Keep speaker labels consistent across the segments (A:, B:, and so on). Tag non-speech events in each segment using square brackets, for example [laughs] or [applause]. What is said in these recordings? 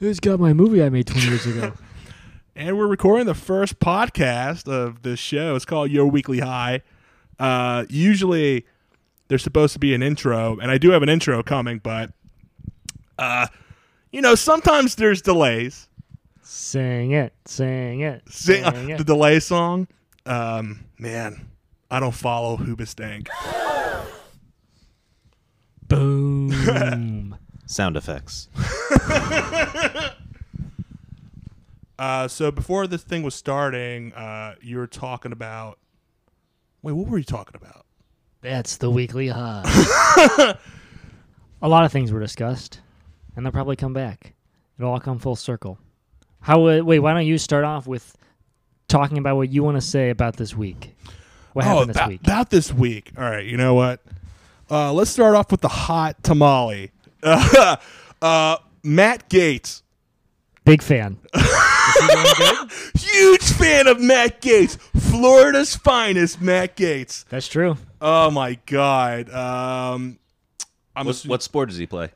A: Who's got my movie I made 20 years ago?
B: and we're recording the first podcast of this show. It's called Your Weekly High. Uh, usually, there's supposed to be an intro, and I do have an intro coming, but uh, you know, sometimes there's delays.
A: sing it, sing it,
B: Sing,
A: sing
B: [laughs] uh,
A: it.
B: the delay song, um, man, I don't follow Hoobastank.
A: Boom.
C: Sound effects.
B: Uh, so before this thing was starting, uh, you were talking about. Wait, what were you talking about?
A: That's the weekly high. A lot of things were discussed, and they'll probably come back. It'll all come full circle. How? would- Wait, why don't you start off with talking about what you want to say about this week? What
B: oh,
A: happened this
B: about,
A: week?
B: about this week. All right, you know what? Uh, let's start off with the hot tamale. [laughs] Uh, Matt Gates,
A: Big fan.
B: huge fan of Matt Gates, Florida's finest Matt Gates.
A: That's true.
B: Oh my God. Um, I'm
C: What,
B: assu-
C: what sport does he play?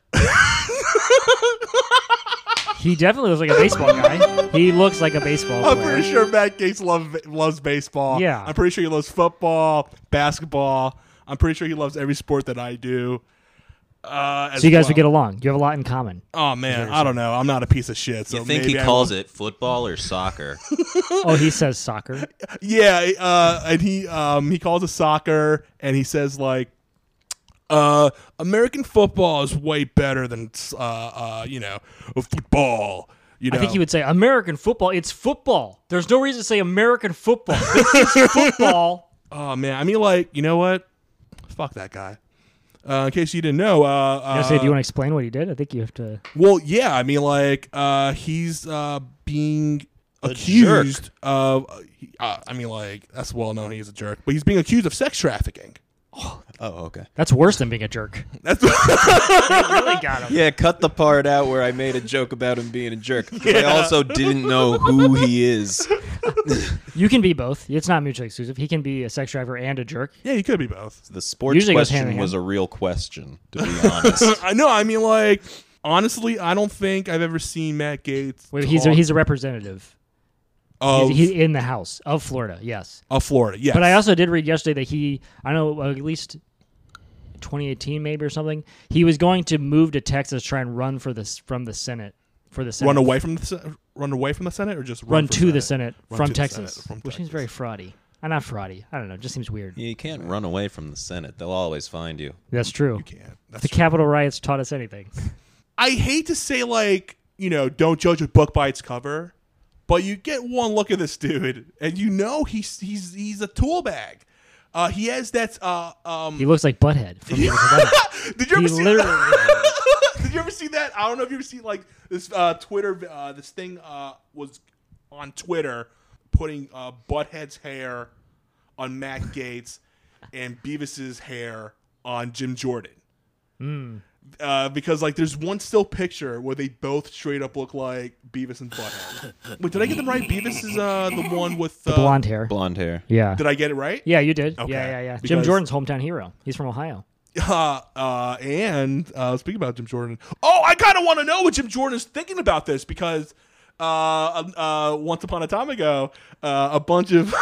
A: He definitely looks like a baseball guy. He looks like a baseball
B: I'm
A: player.
B: pretty sure Matt Gates love, loves baseball.
A: Yeah.
B: I'm pretty sure he loves football, basketball. I'm pretty sure he loves every sport that I do. Uh,
A: So you guys would get along. You have a lot in common.
B: Oh man, I don't know. I'm not a piece of shit. So
C: You think
B: maybe
C: he
B: I
C: calls it football or [laughs] soccer?
A: Oh, he says soccer.
B: Yeah, uh, and he um, he calls it soccer, and he says like, uh, "American football is way better than uh, uh, you know football." You know,
A: I think he would say American football. It's football. There's no reason to say American football. This
B: [laughs]
A: is football.
B: Oh man, I mean, like you know what? Fuck that guy. Uh, in case you didn't know, uh,
A: I
B: uh,
A: say, do you want to explain what he did? I think you have to.
B: well, yeah, I mean, like uh, he's uh, being
C: jerk.
B: accused of. Uh, I mean, like that's well known. He's a jerk, but he's being accused of sex trafficking.
C: Oh, okay.
A: That's worse than being a jerk.
B: [laughs]
A: [laughs]
B: That's
A: really got him.
C: Yeah, cut the part out where I made a joke about him being a jerk. 'cause I also didn't know who he is.
A: You can be both. It's not mutually exclusive. He can be a sex driver and a jerk.
B: yeah, he could be both.
C: The sports
A: Usually goes hand in
C: question
A: hand.
C: was a real question, to [laughs] be honest.
B: I know. I mean, like honestly, I don't think I've ever seen Matt Gates.
A: Wait, he's a,
B: talk
A: he's a representative.
B: of,
A: He's, he's in the House of Florida. Yes,
B: of Florida. Yes,
A: but I also did read yesterday that he. I don't know uh, at least. 2018 maybe or something. He was going to move to Texas, try and run for this from the Senate for the Senate.
B: run away from the se- run away from the Senate or just
A: run
B: for
A: to the Senate
B: Run
A: from
B: to the Senate
A: Texas,
B: from
A: which seems very
B: Texas.
A: fraudy. Uh, not fraudy. I don't know. It just seems weird.
C: you can't run away from the Senate. They'll always find you.
A: That's true.
B: Can't. That's
A: The
B: right.
A: Capitol riots taught us anything.
B: [laughs] I hate to say like you know don't judge a book by its cover, but you get one look at this dude and you know he's he's he's a tool bag. Uh, he has that. Uh, um,
A: He looks like Butthead. From Evil Dead.
B: did you ever
A: he
B: see?
A: literally.
B: [laughs] Did you ever see that? I don't know if you ever seen like this uh, Twitter. Uh, this thing uh, was on Twitter putting uh, Butthead's hair on Matt Gates and Beavis's hair on Jim Jordan. Uh, because like there's one still picture where they both straight up look like Beavis and Butthead. Wait, did I get them right? Beavis is uh, the one with uh,
A: blonde hair.
C: Blonde hair.
A: Yeah.
B: Did I get it right?
A: Yeah, you did.
B: Okay.
A: Yeah, yeah, yeah. Jim
B: Because-
A: Jordan's hometown hero. He's from Ohio.
B: Uh, uh, and uh, speaking about Jim Jordan, oh, I kind of want to know what Jim Jordan is thinking about this because uh, uh, once upon a time ago, uh, a bunch of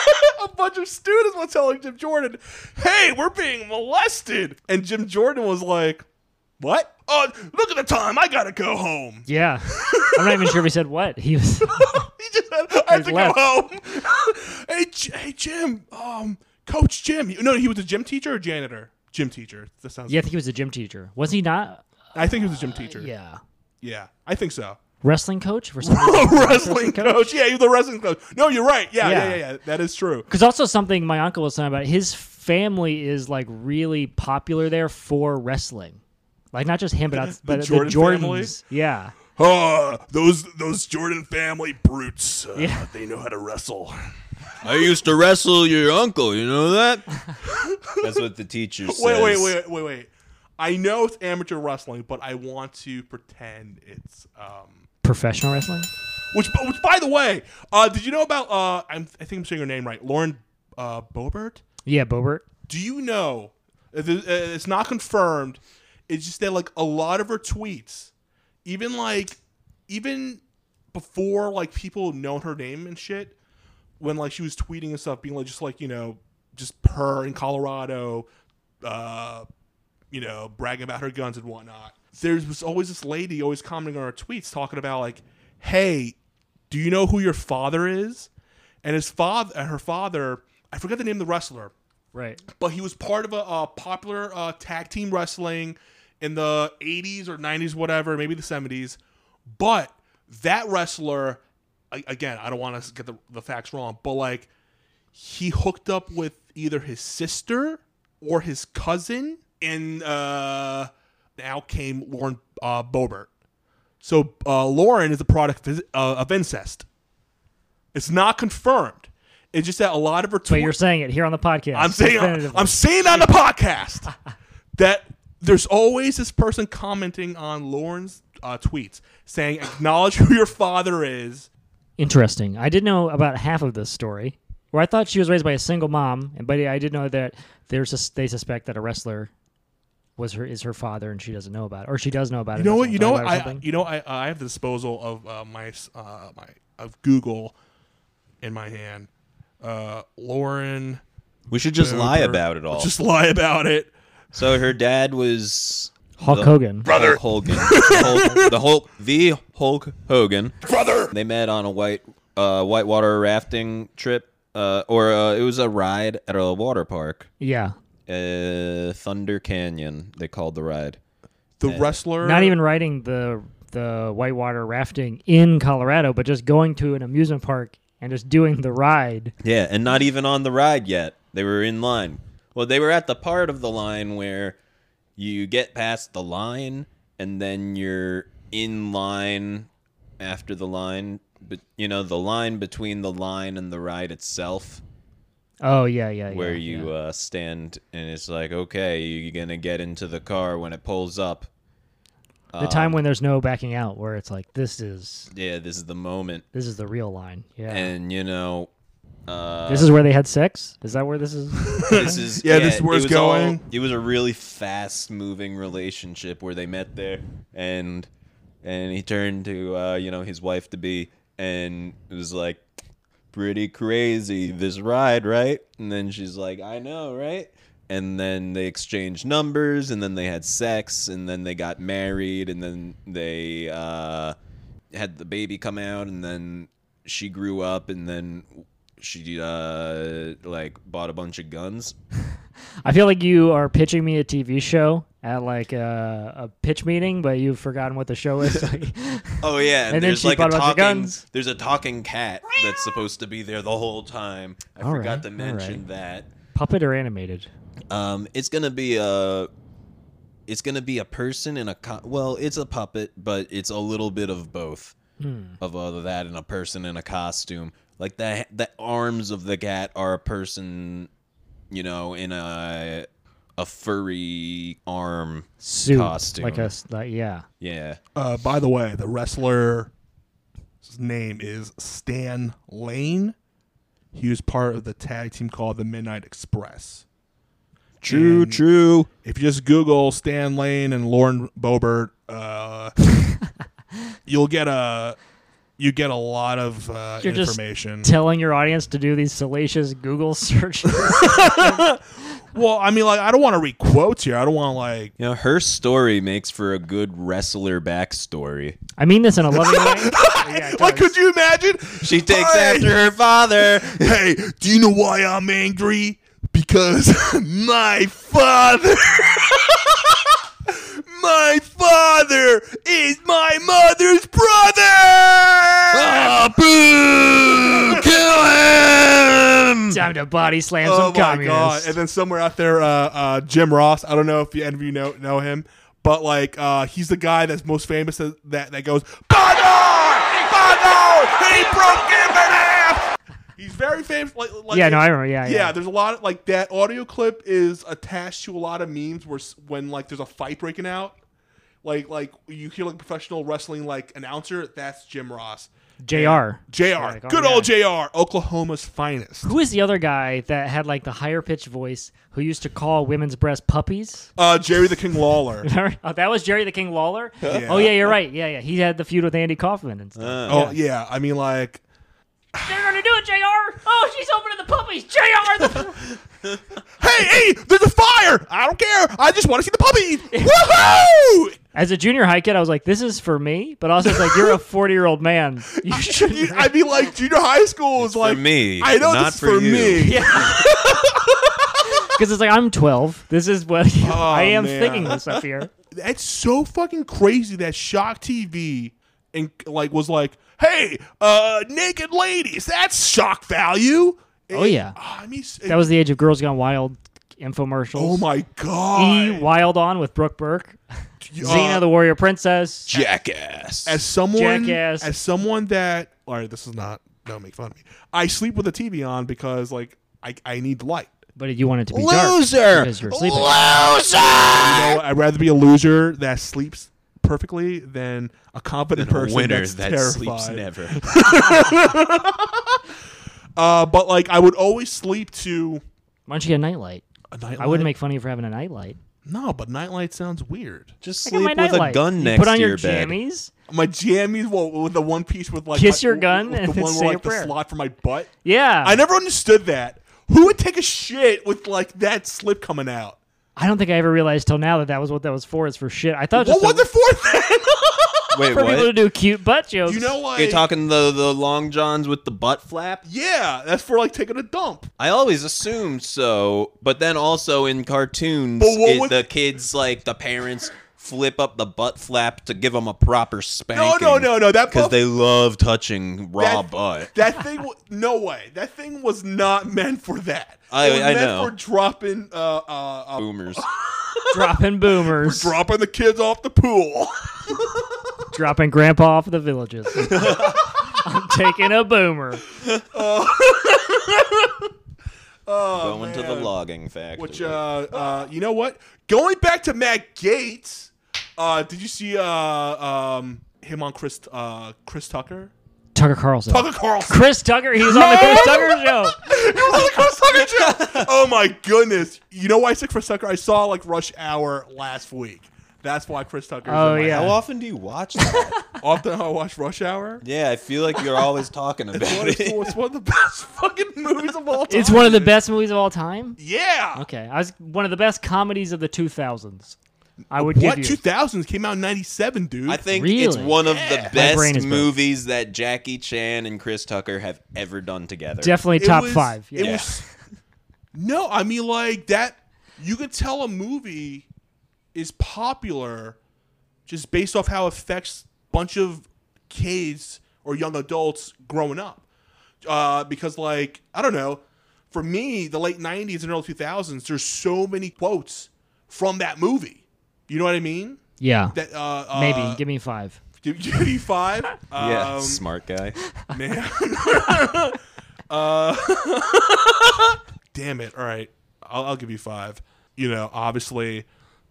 B: [laughs] a bunch of students were telling Jim Jordan, "Hey, we're being molested," and Jim Jordan was like, "What? Oh, look at the time. I gotta go home." [laughs]
A: Yeah. [laughs] I'm not even sure if he said what. He was. [laughs]
B: he just said, "I have
A: He's
B: to
A: left.
B: go home." [laughs] hey, J- hey, Jim. Um, Coach Jim. No, he was a gym teacher or janitor. Gym teacher. That sounds.
A: Yeah, I think he was a gym teacher. Was he not?
B: I think he was a gym teacher.
A: Yeah.
B: Yeah, I think [laughs] so.
A: Wrestling coach for some reason.
B: A wrestling coach. Yeah, he was a wrestling coach. No, you're right. Yeah, yeah,
A: Yeah.
B: yeah, yeah. That is true.
A: Because also something my uncle was talking about, his family is like really popular there for wrestling, like not just him, but outs- but
B: Jordan
A: the Jordans.
B: family?
A: Yeah,
B: Oh, those those Jordan family brutes. Uh,
A: Yeah.
B: They know how to wrestle.
C: I used to wrestle your uncle. You know that? [laughs] That's what the teacher says.
B: Wait, wait, wait, wait, wait. I know it's amateur wrestling, but I want to pretend it's um
A: professional wrestling.
B: which which by the way, uh did you know about uh I'm I think I'm saying her name right. Lauren uh Bobert?
A: Yeah, Bobert.
B: Do you know? uh, th- uh, It's not confirmed. It's just that like a lot of her tweets, even like even before like people had known her name and shit, when like she was tweeting and stuff, being like just like you know, just her in Colorado, uh, you know, bragging about her guns and whatnot. There was always this lady always commenting on her tweets, talking about like, "Hey, do you know who your father is?" And his father, and her father, I forget the name of the wrestler
A: Right.
B: but he was part of a, uh popular uh, tag team wrestling in the 80s or 90s, whatever, maybe the 70s. But that wrestler, a- again, I don't want to get the, the facts wrong, but like he hooked up with either his sister or his cousin, and uh, now came Lauren uh, Bobert. So uh, Lauren is a product of, uh, of incest. It's not confirmed. It's just that a lot of her.
A: But
B: twi-
A: you're saying it here on the podcast.
B: I'm saying
A: definitively.
B: I'm saying on the podcast
A: [laughs]
B: that there's always this person commenting on Lauren's uh, tweets saying acknowledge who your father is.
A: Interesting. I did know about half of this story, where I thought she was raised by a single mom, and but I did know that there's sus they suspect that a wrestler was her is her father, and she doesn't know about it, or she does know about it.
B: You know
A: and
B: what?
A: doesn't
B: You know
A: talk
B: what?
A: about it or
B: I
A: something.
B: you know I I have the disposal of uh, my uh, my of Google in my hand. Uh, Lauren,
C: We should just lie
B: Booper.
C: about it all.
B: just lie about it.
C: So her dad was
A: Hulk
C: the-
A: Hogan.
C: Brother Hogan, Hulk, the Hulk, the Hulk Hogan.
B: Brother.
C: They met on a white uh, whitewater rafting trip, uh, or uh, it was a ride at a water park,
A: Yeah,
C: uh, Thunder Canyon. They called the ride.
B: The wrestler
A: not
B: [laughs]
A: even riding the the whitewater rafting in Colorado, but just going to an amusement park and just doing the ride.
C: Yeah, and not even on the ride yet. They were in line. Well, they were at the part of the line where you get past the line and then you're in line after the line, but you know, the line between the line and the ride itself
A: Oh yeah, yeah, yeah.
C: where
A: yeah.
C: you uh, stand and it's like, "Okay, you're going to get into the car when it pulls up."
A: the time
C: um,
A: when there's no backing out, where it's like this is
C: Yeah, this is the moment.
A: this is the real line. Yeah,
C: And you know, uh
A: this is where they had sex. Is that where this is? [laughs]
B: [laughs]
C: this is
B: Yeah, this is where
C: it
B: it's
C: was all-
B: going.
C: it was a really fast moving relationship where they met there, and and he turned to uh, you know his wife to be, and it was like pretty crazy this ride, right? And then she's like, I know, right? And then they exchanged numbers, and then they had sex, and then they got married, and then they uh, had the baby come out, and then she grew up, and then she uh, like bought a bunch of guns.
A: I feel like you are pitching me a TV show at like a, a pitch meeting, but you've forgotten what the show
C: [laughs]
A: is.
C: Oh yeah,
A: And
C: and,
A: then
C: there's
A: she
C: like a
A: bought a bunch of
C: talking.
A: guns.
C: There's a talking cat that's supposed to be there the whole time. I
A: All
C: forgot
A: right,
C: to
A: all
C: mention that.
A: Puppet or animated?
C: Um, it's gonna be a. It's gonna be a person and a co- well, it's a puppet, but it's a little bit of both,
A: Hmm.
C: of uh, that and a person in a costume. Like the the arms of the cat are a person, you know, in a a furry arm
A: Suit,
C: costume.
A: like a s- like, yeah.
C: yeah.
B: Uh, by the way, the wrestler's name is Stan Lane. He was part of the tag team called the Midnight Express.
C: True, true.
B: If you just Google Stan Lane and Lauren Boebert, uh, [laughs] you'll get a you get a lot of uh,
A: You're just [laughs]
B: information.
A: Telling your audience to do these salacious Google [laughs] searches.
B: well, I mean, like I don't want to read quotes here. I don't want to like
C: You know, her story makes for a good wrestler backstory.
A: I mean this in a loving way. Yeah, it
B: like.
A: does.
B: Could you imagine?
C: She takes
B: Hey!
C: after her father.
B: Hey, do you know why I'm angry? Because [laughs] my father, [laughs] my father is my mother's brother.
C: Ah, boo! Kill him!
A: Time to body slam some communists.
B: Oh And then somewhere out there, uh, uh, Jim Ross. I don't know if you, any of you know know him, but like uh, he's the guy that's most famous that that, that goes father, father, he broke him in half. He's very famous. Like, like
A: yeah, no, I remember. Yeah, yeah.
B: yeah, there's a lot of like that audio clip is attached to a lot of memes where s- when like there's a fight breaking out, like like you hear like professional wrestling like announcer, that's Jim Ross.
A: Jr.
B: Jr.
A: Like, oh,
B: Good
A: yeah.
B: old Jr. Oklahoma's finest.
A: Who is the other guy that had like the higher pitched voice who used to call women's breasts puppies?
B: [laughs] Uh, Jerry the King Lawler.
A: oh, that was Jerry the King Lawler. Oh yeah, you're right. Yeah, yeah. He had the feud with Andy Kaufman and stuff.
B: Oh yeah, I mean like
A: They're gonna do it, Jr. Oh, she's opening the puppies, Jr. The-
B: Hey, hey, there's a fire! I don't care. I just want to see
A: [laughs]
B: the puppy. Woohoo!
A: [laughs] As a junior high kid, I was like, "This is for me," but also it's like you're a 40 year old man.
B: [laughs]
A: You should.
B: You- I mean, like junior high school is
C: for
B: like
C: me,
B: I know
C: not
B: this is
C: for
B: for
C: you.
B: me.
A: Because it's like I'm 12. This is what [laughs] I am
B: Oh, man.
A: thinking this up here.
B: That's so fucking crazy that Shock TV and like was like, hey, uh, naked ladies, that's shock value.
A: Oh,
B: And- ah,
A: yeah.
B: I mean, s-
A: That was the age of Girls Gone Wild infomercials.
B: oh my
A: E
B: god.
A: Wild on with Brooke Burke,
B: Uh,
A: Xena the Warrior Princess.
C: Jackass.
B: as someone
A: Jackass.
B: as someone that all right this is not don't make fun of me i sleep with the tv on because like i, I need light
A: But you want it to be dark
C: Loser.
A: because you're sleeping.
C: Loser.
B: you know i'd rather be a loser that sleeps perfectly than a confident person
C: Winner
B: that's
C: that
B: terrified. [laughs]
C: sleeps never.
B: uh but like i would always sleep to
A: Why don't you get a nightlight?
B: a nightlight
A: I wouldn't make fun of you for having a nightlight.
B: no but nightlight sounds weird
C: Just
A: I got
C: sleep
A: my
C: with
A: nightlight.
C: a gun
A: You
C: next
A: Put on
C: to
A: your,
C: your bed.
A: jammies.
B: my jammies well with the one piece with like
A: Kiss
B: my-
A: your gun
B: with
A: and [laughs]
B: the
A: then
B: one
A: say
B: where
A: a
B: like
A: prayer.
B: the slot for my butt
A: Yeah.
B: i never understood that who would take a shit with like that slip coming out
A: I don't think I ever realized till now that that was what that was for. It's for shit. I thought it was
B: what
A: just
B: was it for then? [laughs]
C: Wait,
A: for people to
C: what?
A: do cute butt jokes. [laughs]
B: You know what?
C: You're talking the the long johns with the butt flap.
B: yeah, that's for like taking a dump.
C: I always assumed so, but then also in cartoons,
B: But what
C: it-
B: would-
C: the kids like the parents flip up the butt flap to give them a proper
B: No,
C: spanking.
B: no, no, no. That
C: because
B: buff-
C: they love touching raw
B: that,
C: butt.
B: That thing.
C: [laughs]
B: wa- No way. That thing was not meant for that.
C: I-
B: it was
C: I
B: meant
C: know.
B: For dropping, uh, uh, uh
C: Boomers. [laughs]
A: dropping boomers,
B: dropping the kids off the pool. [laughs]
A: dropping grandpa off the
C: [laughs]
A: villages. I'm taking a boomer.
C: Going to the
B: Oh, man.
C: logging factory.
B: Which, uh, uh, you know what? Going back to Matt Gates. Uh, did you see uh, um, him on Chris uh, Chris Tucker?
A: Tucker Carlson.
B: Tucker Carlson. [laughs]
A: Chris Tucker. He was on the Chris Tucker
C: [laughs]
A: show.
B: It was like Chris Tucker show. Oh my goodness! You know why I said Chris Tucker? I saw like Rush Hour last week. That's why Chris Tucker.
A: Oh,
B: in my
A: yeah.
C: How often do you watch that?
B: [laughs] Often I watch Rush Hour.
C: yeah, I feel like you're always talking about
B: It's one, of,
C: it.
B: it's one of the [laughs] best fucking movies of all time.
A: It's one of the best movies of all time.
B: Yeah.
A: Okay, I was one of the best comedies of the 2000s. I would
B: What
A: give you.
B: 2000s came out in 97, dude.
C: I think it's
A: Really?
C: one of the
B: Yeah.
A: My brain
C: best
A: is broken.
C: movies that Jackie Chan and Chris Tucker have ever done together.
A: Definitely
B: It
A: top
B: was-
A: five. Yeah.
B: It was No, I mean like that you could tell a movie is popular just based off how it affects a bunch of kids or young adults growing up. Uh, because like, I don't know, for me, the late nineties and early two thousands, there's so many quotes from that movie. You know what I mean?
A: yeah.
B: That uh, uh
A: Maybe. give me five.
B: Give, give you five. Um,
C: yeah, smart guy.
B: Man. [laughs] uh, damn it. All right. I'll, I'll give you five. You know, obviously,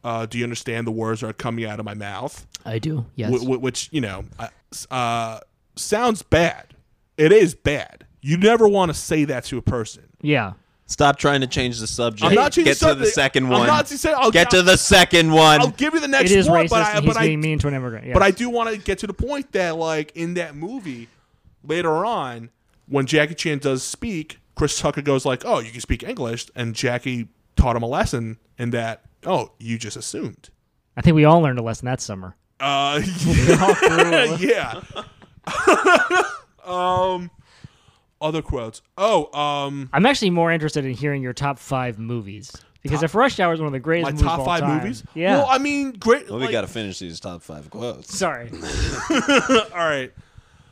B: uh, do you understand the words that are coming out of my mouth?
A: I do. Yes.
B: Wh- wh- which, you know, I- s- uh, sounds bad. It is bad. You never want to say that to a person.
A: yeah.
C: Stop trying to change the subject.
B: I'm not changing
C: Get to the
B: subject.
C: second
B: I'm
C: one.
B: not saying- I'll-
C: Get to the second
B: I'll
C: one.
B: give you the
A: It
B: next
A: is
B: one,
A: racist.
B: but I,
A: and he's
B: but I
A: being mean to an immigrant. Yes.
B: But I do want to get to the point that, like, in that movie, later on, when Jackie Chan does speak, Chris Tucker goes like, "Oh, you can speak English," and Jackie taught him a lesson in that. Oh, you just assumed.
A: I think we all learned a lesson that
B: [laughs]
A: summer.
B: Uh, yeah. yeah. [laughs] um, other quotes. Oh, um,
A: I'm actually more interested in hearing your top five movies because if Rush Hour is one of the greatest
B: my
A: movies of
B: top
A: all
B: five
A: time-
B: movies.
A: yeah.
B: Well, I mean, great.
C: Well, we
B: like-
C: gotta finish these top five quotes.
A: Sorry.
B: all right.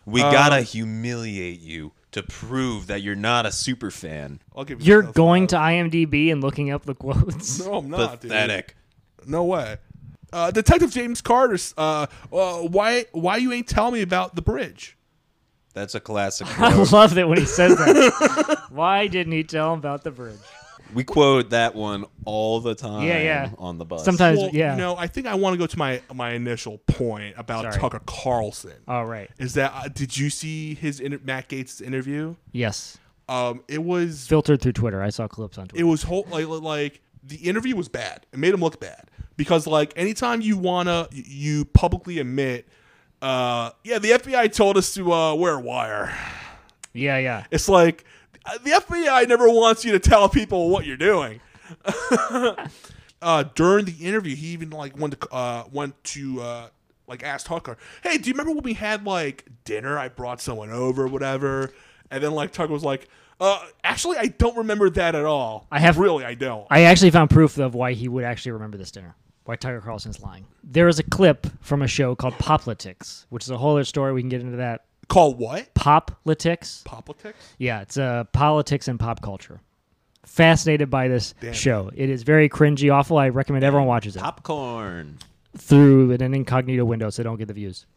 C: We
B: Um,
C: gotta humiliate you to prove that you're not a super fan.
B: I'll give you.
A: You're
B: those.
A: going to IMDb and looking up the quotes.
B: No, I'm not. Ah, dude.
C: Pathetic.
B: No way. Uh, Detective James Carter. Uh, uh, why? Why you ain't tell me about the bridge?
C: That's a classic.
A: [laughs] I [laughs]
C: quote.
A: love that when he says that. Why didn't he tell him about the bridge?
C: We quote that one all the time.
A: Yeah, yeah.
C: On the bus.
A: Sometimes,
B: Well,
A: yeah.
B: no, I think I want to go to my my initial point about
A: Sorry.
B: Tucker Carlson.
A: All right.
B: is that uh, did you see his inter- Matt Gates interview?
A: Yes.
B: Um, it was
A: Filtered through Twitter. I saw clips on
B: it
A: Twitter.
B: was whole like, like the interview was bad. It made him look bad because like anytime you wanna you publicly admit, uh, yeah, the FBI told us to uh, wear a wire.
A: yeah, yeah.
B: It's like uh, the FBI never wants you to tell people what you're doing. [laughs] uh, during the interview, he even like went to uh, went to uh, like asked Tucker, "Hey, do you remember when we had like dinner? I brought someone over, whatever." And then like Tucker was like, uh, "Actually, I don't remember that at all.
A: I have-
B: really, I don't."
A: I actually found proof of why he would actually remember this dinner. Why Tucker Carlson's lying. There is a clip from a show called Poplitics, which is a whole other story. We can get into that.
B: Call what?
A: Poplitics.
B: Politics?
A: Yeah, it's uh, politics and pop culture. Fascinated by this show. It is very cringy, awful. I recommend everyone watches it
C: Popcorn.
A: through an incognito window so they don't get the views.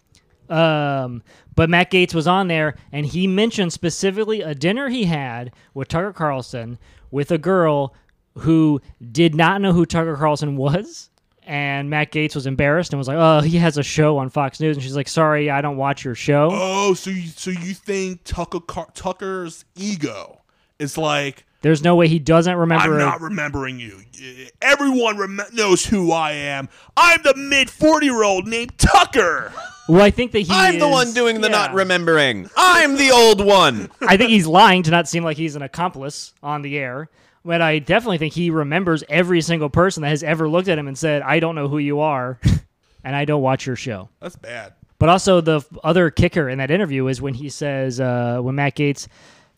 A: Um, but Matt Gates was on there and he mentioned specifically a dinner he had with Tucker Carlson with a girl who did not know who Tucker Carlson was. And Matt Gates was embarrassed and was like, "Oh, he has a show on Fox News." And she's like, "Sorry, I don't watch your show."
B: Oh, so you so you think Tucker Car- Tucker's ego is like
A: There's no way he doesn't remember.
B: I'm
A: it.
B: not remembering you. Everyone rem- knows who I am. I'm the mid 40 year old named Tucker.
A: well, I think that he.
C: I'm the
A: is-
C: one doing the not
A: yeah.
C: remembering. I'm the old one. [laughs]
A: I think he's lying to not seem like he's an accomplice on the air. But I definitely think he remembers every single person that has ever looked at him and said, I don't know who you are, [laughs] and I don't watch your show.
B: That's bad.
A: But also, the f- other kicker in that interview is when he says, uh, when Matt Gates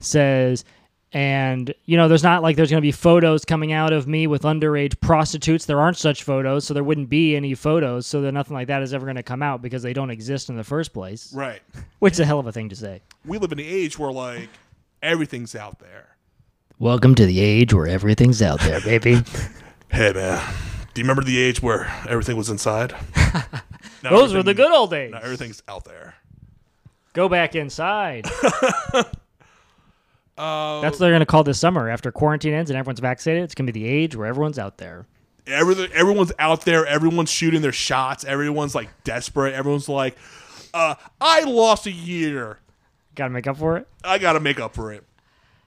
A: says, and, you know, there's not like there's going to be photos coming out of me with underage prostitutes. There aren't such photos, so there wouldn't be any photos. So that nothing like that is ever going to come out because they don't exist in the first place,
B: Right.
A: which is a hell of a thing to say.
B: We live in the age where, like, everything's out there.
A: Welcome to the age where everything's out there, baby.
B: Hey, man. Do you remember the age where everything was [laughs] inside? Now
A: [laughs] Those were
B: everything-
A: the good old days.
B: Now everything's out there.
A: Go back
B: [laughs]
A: inside.
B: Um,
A: That's what they're going to call this summer after quarantine ends and everyone's vaccinated. It's going to be the age where everyone's out there.
B: Everything, everyone's out there. Everyone's shooting their shots. Everyone's, like, desperate. Everyone's like, uh, I lost a year.
A: Got to make up for it.
B: I got to make up for it.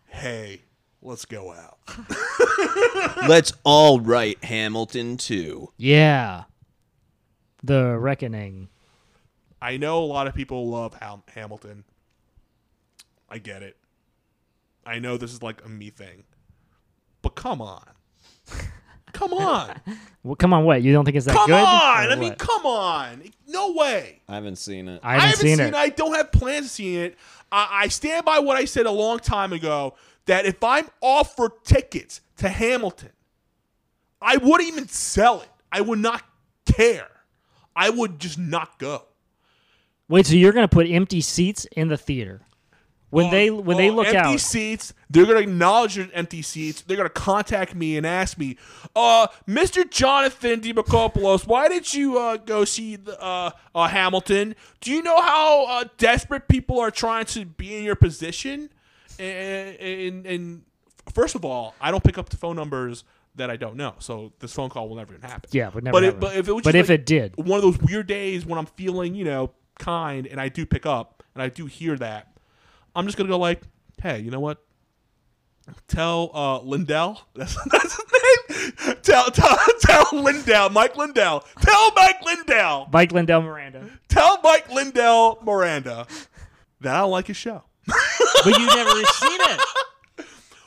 B: Hey, let's go out.
C: Let's all write Hamilton too.
A: Yeah. The reckoning.
B: I know a lot of people love Ham- Hamilton. I get it. I know this is like a me thing. But
A: [laughs]
B: come on. Come on.
A: Well, come on, what? You don't think it's that
B: come
A: good?
B: on.
A: Or
B: I mean,
A: what?
B: come on. No way.
C: I haven't seen it.
A: I haven't, seen, it.
B: I don't have plans to see it. I, I stand by what I said a long time ago that if I'm offered tickets to Hamilton, I wouldn't even sell it. I would not care. I would just not go.
A: Wait, so you're going to put empty seats in the theater? When they when they
B: Oh,
A: look
B: empty
A: out,
B: seats, they're gonna acknowledge your empty seats. They're gonna contact me and ask me, uh, Mr. Jonathan DiMacopoulos, why did you uh, go see the, uh, uh, Hamilton? Do you know how uh, desperate people are trying to be in your position? And, and, and first of all, I don't pick up the phone numbers that I don't know, so this phone call will never even happen.
A: yeah, would never.
B: but it,
A: happen.
B: but if it was
A: But
B: just
A: if
B: like
A: it did,
B: one of those weird days when I'm feeling, you know, kind and I do pick up and I do hear that, I'm just gonna go like, hey, you know what? Tell uh, Lindell, [laughs] that's, that's his name. Tell, tell tell Lindell, Mike Lindell. Tell Mike Lindell.
A: Mike Lindell Miranda.
B: Tell Mike Lindell Miranda that I don't like his show.
A: but you never seen it.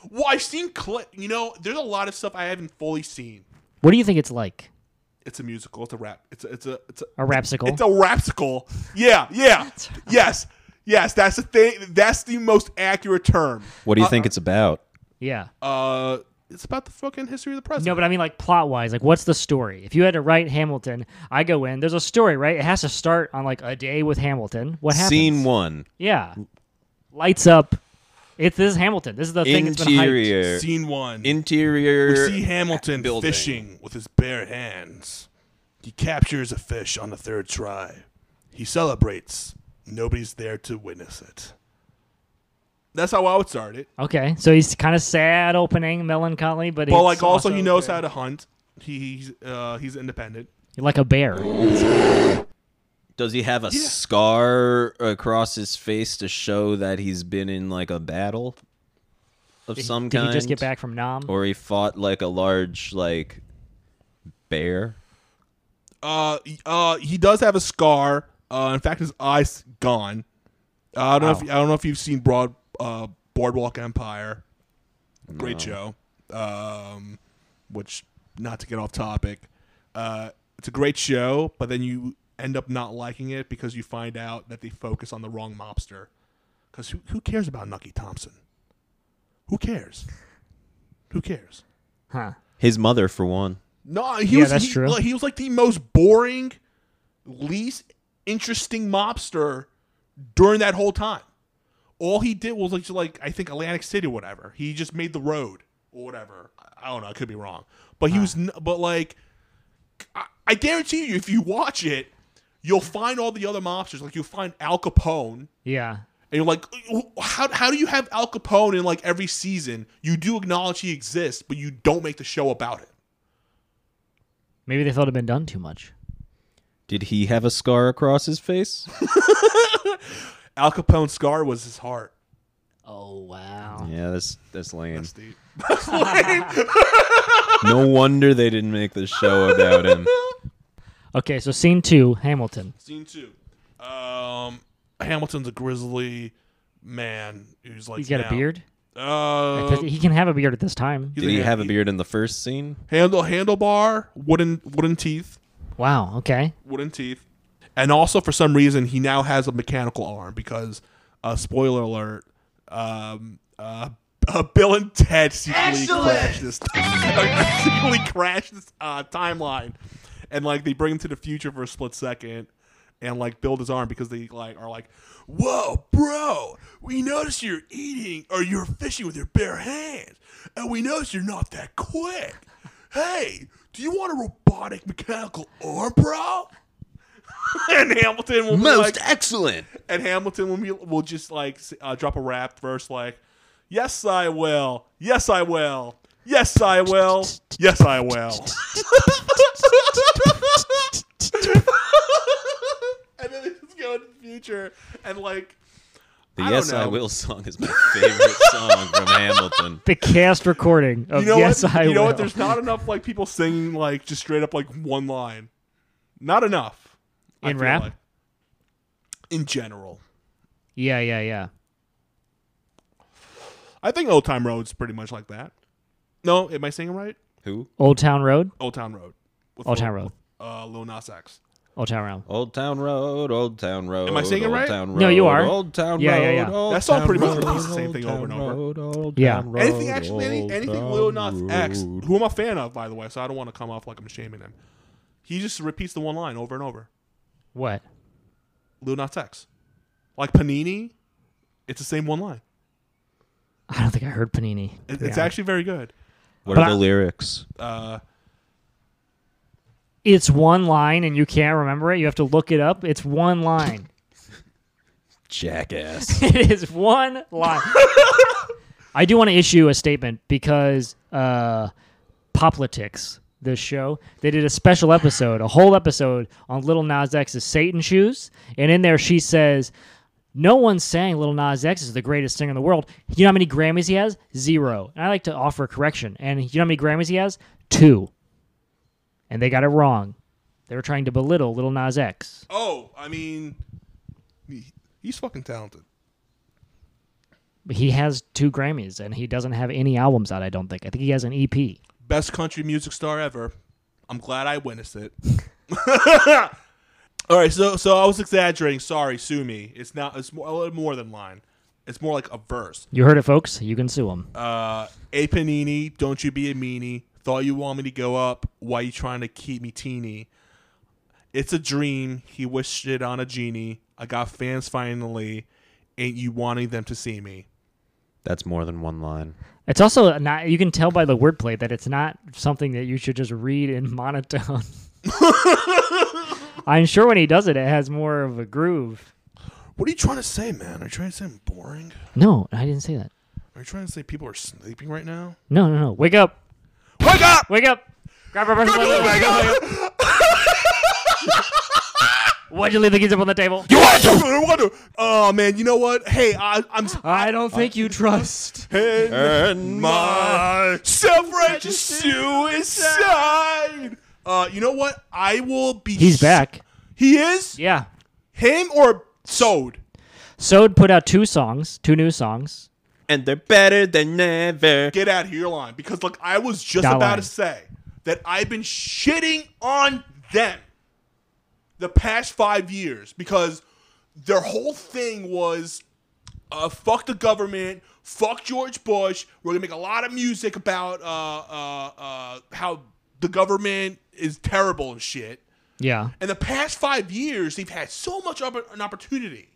B: Well, I've seen cli You know, there's a lot of stuff I haven't fully seen.
A: What do you think it's like?
B: It's a musical. It's a rap. It's a, it's a it's a
A: A rapsicle?
B: It's a rapsicle. Yeah,
A: [laughs]
B: yeah. yes. Yes, that's the thing that's the most accurate term.
C: What do you
A: Uh-uh.
C: think it's about?
A: yeah.
B: Uh it's about the fucking history of the
A: No,
B: president.
A: but I mean, like plot wise, like what's the story? If you had to write Hamilton, I go in. There's a story, right? It has to start on like a day with Hamilton. What happens?
C: Scene one.
A: Yeah, lights up. It's this is Hamilton. This is the thing that's been hyped.
C: Interior.
B: Scene one. we
C: Interior.
B: see Hamilton
C: building.
B: fishing with his bare hands. He captures a fish on the third try. He celebrates. Nobody's there to witness it. That's how I would start it.
A: Okay, so he's kind of sad, opening, melancholy, but
B: But
A: he's
B: like, also, he knows
A: okay.
B: how to hunt. He, he's uh, he's independent.
A: like a bear.
C: Does he have a scar across his face to show that he's been in like a battle of some
A: Did
C: kind?
A: he just get back from Nam?
C: Or he fought like a large like bear?
B: Uh, y- uh, he does have a scar. Uh, in fact, his eye's gone. Uh, I don't know. If, I don't know if you've seen Broad uh, Boardwalk Empire. Great show. Um, which not to get off topic, uh, it's a great show, but then you end up not liking it because you find out that they focus on the wrong mobster. Because who, who cares about Nucky Thompson? Who cares? Who cares?
A: huh?
C: His mother for one.
B: No, he
A: Yeah,
B: was
A: that's
B: he,
A: true.
B: like, he was like the most boring, least interesting mobster during that whole time. All he did was like, just, like I think Atlantic City, or whatever. He just made the road or whatever. I- I don't know. I could be wrong, but he was. n- But like, I, I guarantee you, if you watch it, you'll find all the other mobsters. Like you'll find Al Capone.
A: Yeah.
B: And you're like, how, how do you have Al Capone in like every season? You do acknowledge he exists, but you don't make the show about it.
A: Maybe they felt it'd been done too much.
C: Did he have a scar across his face? [laughs]
B: Al Capone's scar was his heart.
A: Oh wow.
C: yeah, that's that's lame.
B: Steve.
C: No wonder they didn't make the show about him.
A: Okay, so scene two, Hamilton.
B: Scene two. Um, Hamilton's a grizzly man who's like
A: He's got
B: now-
A: a beard.
B: Uh,
A: he can have a beard at this time.
B: he's
C: Did he
B: like
C: have a beard in the first scene?
B: Handle handlebar, wooden wooden teeth,
A: Wow. Okay.
B: wooden teeth, and also for some reason he now has a mechanical arm because, uh, spoiler alert, um, uh, [laughs] uh, Bill and Ted secretly crashed this [laughs] secretly crashed this uh, timeline, and like they bring him to the future for a split second, and like build his arm because they like are like, whoa, bro, we notice you're eating or you're fishing with your bare hands, and we notice you're not that quick. Hey, do you want a robotic mechanical arm, bro? [laughs] and Hamilton will be like,
C: excellent.
B: and Hamilton will be, will just like s- uh, drop a rap verse like, "Yes I will, yes I will, yes I will, yes I will," [laughs] and then they just go into the future and like,
C: The
B: I don't
C: Yes I
B: know.
C: Will song is my favorite [laughs] song from Hamilton.
A: The cast recording of
B: you know
A: Yes
B: what?
A: I
B: you know
A: Will.
B: what? There's not enough like people singing like just straight up like one line, not enough I
A: In
B: feel
A: rap?
B: like. in general.
A: yeah, yeah, yeah.
B: I think Old Time Road's pretty much like that. No, am I saying it right?
C: Who?
A: Old Town Road.
B: Old Town Road. With
A: Old
B: Lil-
A: Town Road.
B: Uh, Lil Nas X.
A: Old Town Road.
C: Old Town Road, Old Town Road.
B: Am I singing
C: Old
B: right?
C: Town Road,
A: No, you are.
C: Old Town
A: Yeah, yeah,
C: Road,
A: yeah.
C: Old
B: That song
C: Town
B: pretty much
C: Road,
B: does the same thing
C: Old
B: over and
C: Town
B: over.
C: Road, Old
A: Yeah.
C: Town
B: Anything
C: Road,
B: actually,
C: Old
B: any, anything
C: Town
B: Lil Nas X,
C: Road.
B: who I'm a fan of, by the way, so I don't want to come off like I'm shaming him. He just repeats the one line over and over.
A: What?
B: Lil Nas X, like Panini, it's the same one line.
A: I don't think I heard Panini.
B: It-
A: Yeah.
B: It's actually very good.
C: What are
A: But I-
C: the lyrics?
B: Uh,
A: It's one line, and you can't remember it. You have to look it up. It's one line. [laughs]
C: Jackass.
A: it is one line. I do want to issue a statement because uh, Poplitics, this show, they did a special episode, a whole episode on Little Nas X's Satan Shoes, and in there she says, "No one's saying Little Nas X is the greatest singer in the world. You know how many Grammys he has? Zero. And I like to offer a correction. And you know how many Grammys he has? Two. And they got it wrong. They were trying to belittle Little Nas X.
B: oh, I mean, he- he's fucking talented.
A: He has two Grammys and he doesn't have any albums out, I don't think. I think he has an E EP.
B: best country music star ever. I'm glad I witnessed it. [laughs] All right, so so I was exaggerating. Sorry, sue me. It's not. It's more, a little more than line. It's more like a verse.
A: You heard it, folks. You can sue him.
B: Uh, a panini, don't you be a meanie. Thought you want me to go up. Why you trying to keep me teeny? It's a dream. He wished it on a genie. I got fans finally. Ain't you wanting them to see me?
C: That's more than one line.
A: It's also not, you can tell by the wordplay that it's not something that you should just read in [laughs] monotone. I'm sure when he does it, it has more of a groove.
B: What are you trying to say, man? Are you trying to say I'm boring?
A: No, I didn't say that.
B: Are you trying to say people are sleeping right now?
A: No, no, no. Wake up!
B: Wake up!
A: Wake up! Grab her by [laughs] the
B: Wake up!
A: [laughs] Why'd you leave the kids up on the table?
B: You want to? You want to? Oh man, you know what? Hey, I, I'm.
A: I don't think you trust.
C: And
B: my self-righteous suicide. Uh, you know what? I will be.
A: He's [laughs] back.
B: He is
A: Yeah.
B: him or Sode.
A: Sode put out two songs, two new songs.
C: and they're better than ever.
B: Get out of here, line. Because look, I was just
A: That
B: about
A: line.
B: to say that I've been shitting on them the past five years because their whole thing was uh, fuck the government, fuck George Bush. We're gonna make a lot of music about uh, uh, uh, how the government is terrible and shit.
A: Yeah.
B: In the past five years, they've had so much of an opportunity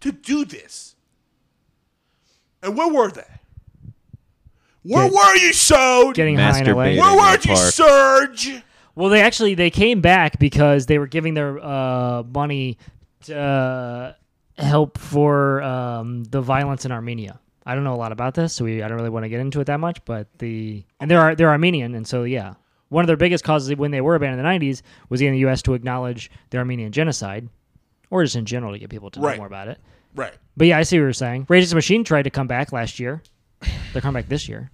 B: to do this. And where were they? Where
A: Get-
B: were you, Sode?
A: Getting high in LA.
C: Masturbate.
B: Where were
C: Getting
B: you,
C: in the
B: Surge?
A: Well, they actually they came back because they were giving their uh, money to uh, help for um, the violence in Armenia. I don't know a lot about this, so we, I don't really want to get into it that much. But the and they're Ar- they're Armenian, and so yeah, one of their biggest causes when they were banned in the '90s was getting the U.S. to acknowledge the Armenian genocide, or just in general to get people to know
B: Right.
A: more about it.
B: Right.
A: But yeah, I see what you're saying. Rage Against the Machine tried to come back last year. They're coming back this year.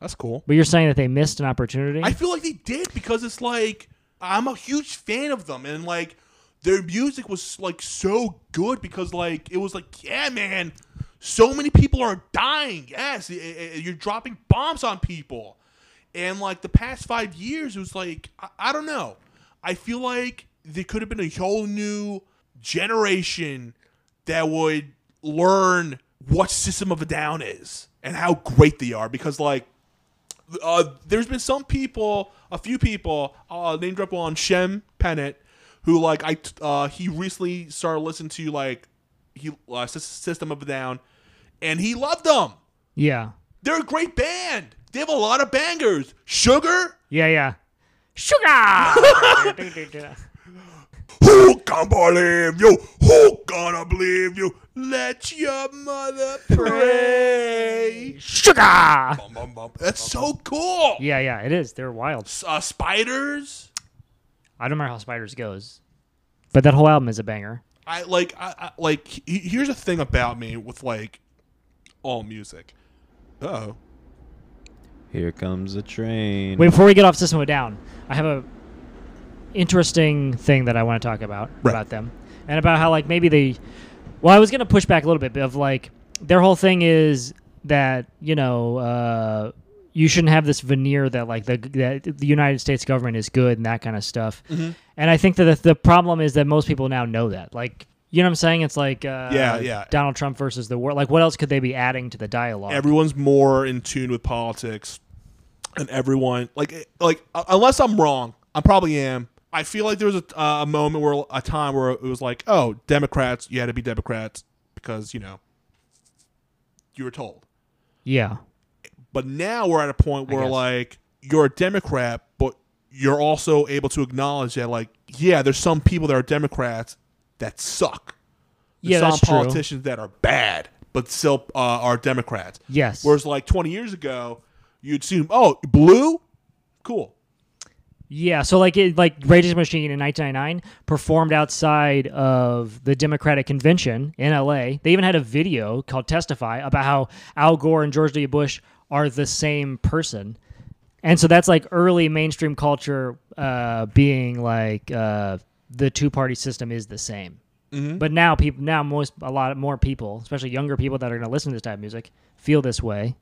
B: That's cool.
A: But you're saying that they missed an opportunity.
B: I feel like they did because it's like I'm a huge fan of them and like their music was like so good because like it was like yeah man so many people are dying yes i- i- i- you're dropping bombs on people and like the past five years it was like I, I don't know I feel like there could have been a whole new generation that would learn what System of a Down is and how great they are because like uh, there's been some people, a few people, uh, named up on Shem Pennant, who like I t- uh, he recently started listening to like he uh, Sys- System of a Down, and he loved them.
A: yeah.
B: They're a great band. They have a lot of bangers. Sugar,
A: Yeah, yeah. Sugar.
B: who can believe you? Who gonna believe you? Let your mother pray.
A: Sugar. Yeah,
B: Bum, bum, bum. That's so cool.
A: yeah, it is. They're wild.
B: S- Uh, spiders.
A: I don't remember how Spiders goes, but that whole album is a banger.
B: I like I, I like he- here's a thing about me with like all music. Oh.
C: Here comes a train.
A: Wait, before we get off System of a Down, I have a interesting thing that I want to talk about
B: Right.
A: about them and about how like maybe they. Well, I was gonna push back a little bit of like their whole thing is that you know uh, you shouldn't have this veneer that like the that the United States government is good and that kind of stuff.
B: Mm-hmm.
A: And I think that the, the problem is that most people now know that like. You know what I'm saying? It's like uh,
B: Yeah, yeah.
A: Donald Trump versus the world. Like, what else could they be adding to the dialogue?
B: Everyone's more in tune with politics and everyone like like uh, unless I'm wrong, I probably am. I feel like there was a, uh, a moment where a time where it was like, "Oh, Democrats, you had to be Democrats because, you know, you were told."
A: yeah,
B: But now we're at a point where
A: guess.
B: like you're a Democrat, but you're also able to acknowledge that like yeah, there's some people that are Democrats that suck. There's
A: yeah,
B: some
A: that's true.
B: politicians that are bad, but still uh, are Democrats.
A: Yes,
B: Whereas like 20 years ago, you'd assume, oh, blue, cool.
A: Yeah, so like it, like Rage Against the Machine in 1999 performed outside of the Democratic convention in LA. They even had a video called "Testify" about how Al Gore and George W. Bush are the same person, and so that's like early mainstream culture uh, being like uh, the two party system is the same. But now people, now most a lot more people, especially younger people that are going to listen to this type of music, feel this way.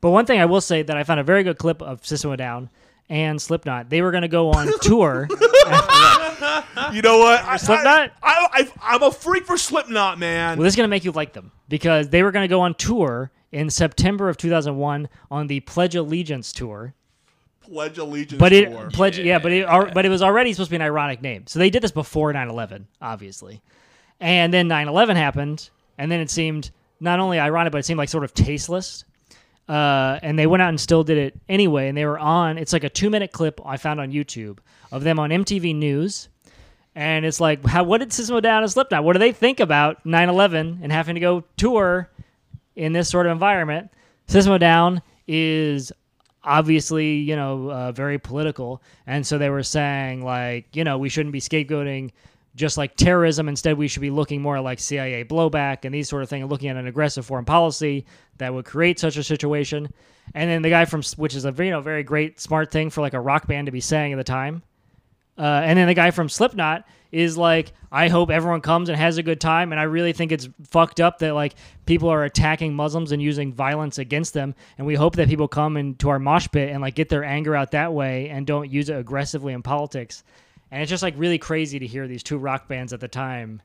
A: But one thing I will say that I found a very good clip of System of a Down and Slipknot. They were going to go on tour.
B: You know what? I,
A: Slipknot?
B: I, I, I, am a freak for Slipknot, man.
A: Well, this is going to make you like them because they were going to go on tour in September of 2001 on the Pledge Allegiance tour.
B: Pledge allegiance.
A: But it
B: for.
A: pledge, yeah, but it al- but it was already supposed to be an ironic name. So they did this before 9/11, obviously, and then 9/11 happened, and then it seemed not only ironic, but it seemed like sort of tasteless. Uh, and they went out and still did it anyway. And they were on. It's like a two-minute clip I found on YouTube of them on MTV News And it's like, how, what did System of a Down and Slipknot? What do they think about 9/11 and having to go tour in this sort of environment? System of a Down is obviously, you know, uh, very political, and so they were saying like, you know, we shouldn't be scapegoating just like terrorism. Instead, we should be looking more like CIA blowback and these sort of things, and looking at an aggressive foreign policy that would create such a situation. And then the guy from, which is a very, you know, very great, smart thing for like a rock band to be saying at the time. Uh, and then the guy from Slipknot is like, I hope everyone comes and has a good time. And I really think it's fucked up that like people are attacking Muslims and using violence against them. And we hope that people come into our mosh pit and like get their anger out that way and don't use it aggressively in politics. And it's just like really crazy to hear these two rock bands at the time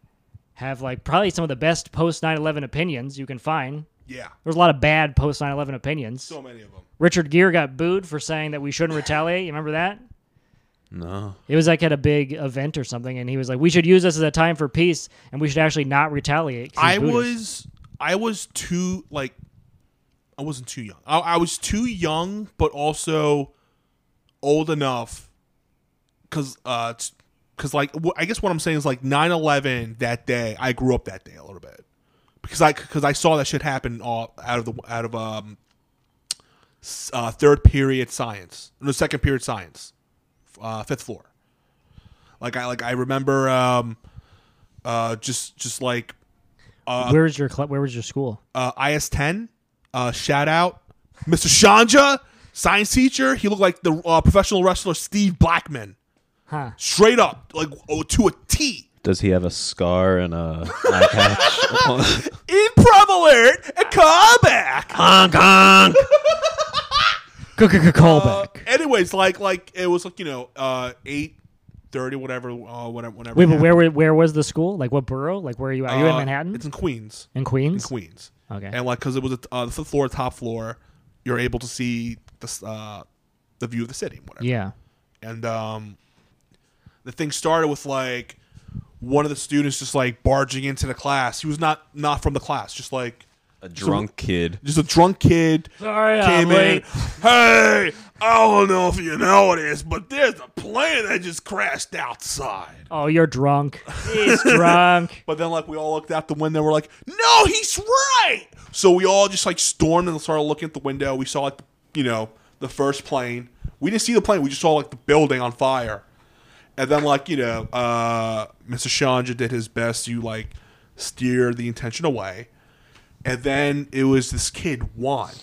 A: have like probably some of the best post 9 11 opinions you can find.
B: Yeah,
A: There's a lot of bad post 9 11 opinions.
B: so many of them.
A: Richard Gere got booed for saying that we shouldn't retaliate. You remember that?
C: No.
A: It was like at a big event or something, and he was like, "We should use this as a time for peace, and we should actually not retaliate." 'cause he's
B: I
A: Buddhist."
B: was I was too like I wasn't too young. I, I was too young, but also old enough because uh because like wh- I guess what I'm saying is like 9/11 that day. I grew up that day a little bit because I because I saw that shit happen all out of the out of um s- uh, third period science no second period science uh, fifth floor. Like I like I remember um uh just just like
A: where was your club? Where was your school?
B: uh, IS10. Uh, shout out, Mr. Shanja, science teacher. He looked like the uh, professional wrestler Steve Blackman,
A: Huh?
B: straight up, like oh, to a T.
C: Does he have a scar and a
B: [laughs]
C: eye patch?
B: Improv alert, a callback.
C: Honk, honk.
B: Uh,
A: Callback.
B: Anyways, like like it was like you know uh, eight thirty whatever uh, whatever whenever.
A: Wait,
B: it
A: but
B: happened.
A: where were, where was the school? Like what borough? Like where are you? Are you in
B: Uh,
A: Manhattan?
B: It's in Queens.
A: in
B: In
A: Queens.
B: Queens.
A: Okay.
B: And like because it was a, uh, the fifth floor, top floor, you're able to see the uh, the view of the city. Whatever.
A: yeah.
B: and um, the thing started with like one of the students just like barging into the class. He was not not from the class, just like
C: A drunk kid.
B: just a drunk kid
A: Sorry,
B: came in. Hey, I don't know if you know this, but there's a plane that just crashed outside.
A: Oh, you're drunk. He's drunk.
B: But then, like, we all looked out the window. We're like, "No, he's right!" So we all just like stormed and started looking at the window. We saw, like, you know, the first plane. We didn't see the plane. We just saw like the building on fire. And then, like, you know, uh, Mr. Shanja did his best to like steer the intention away. And then it was this kid Juan,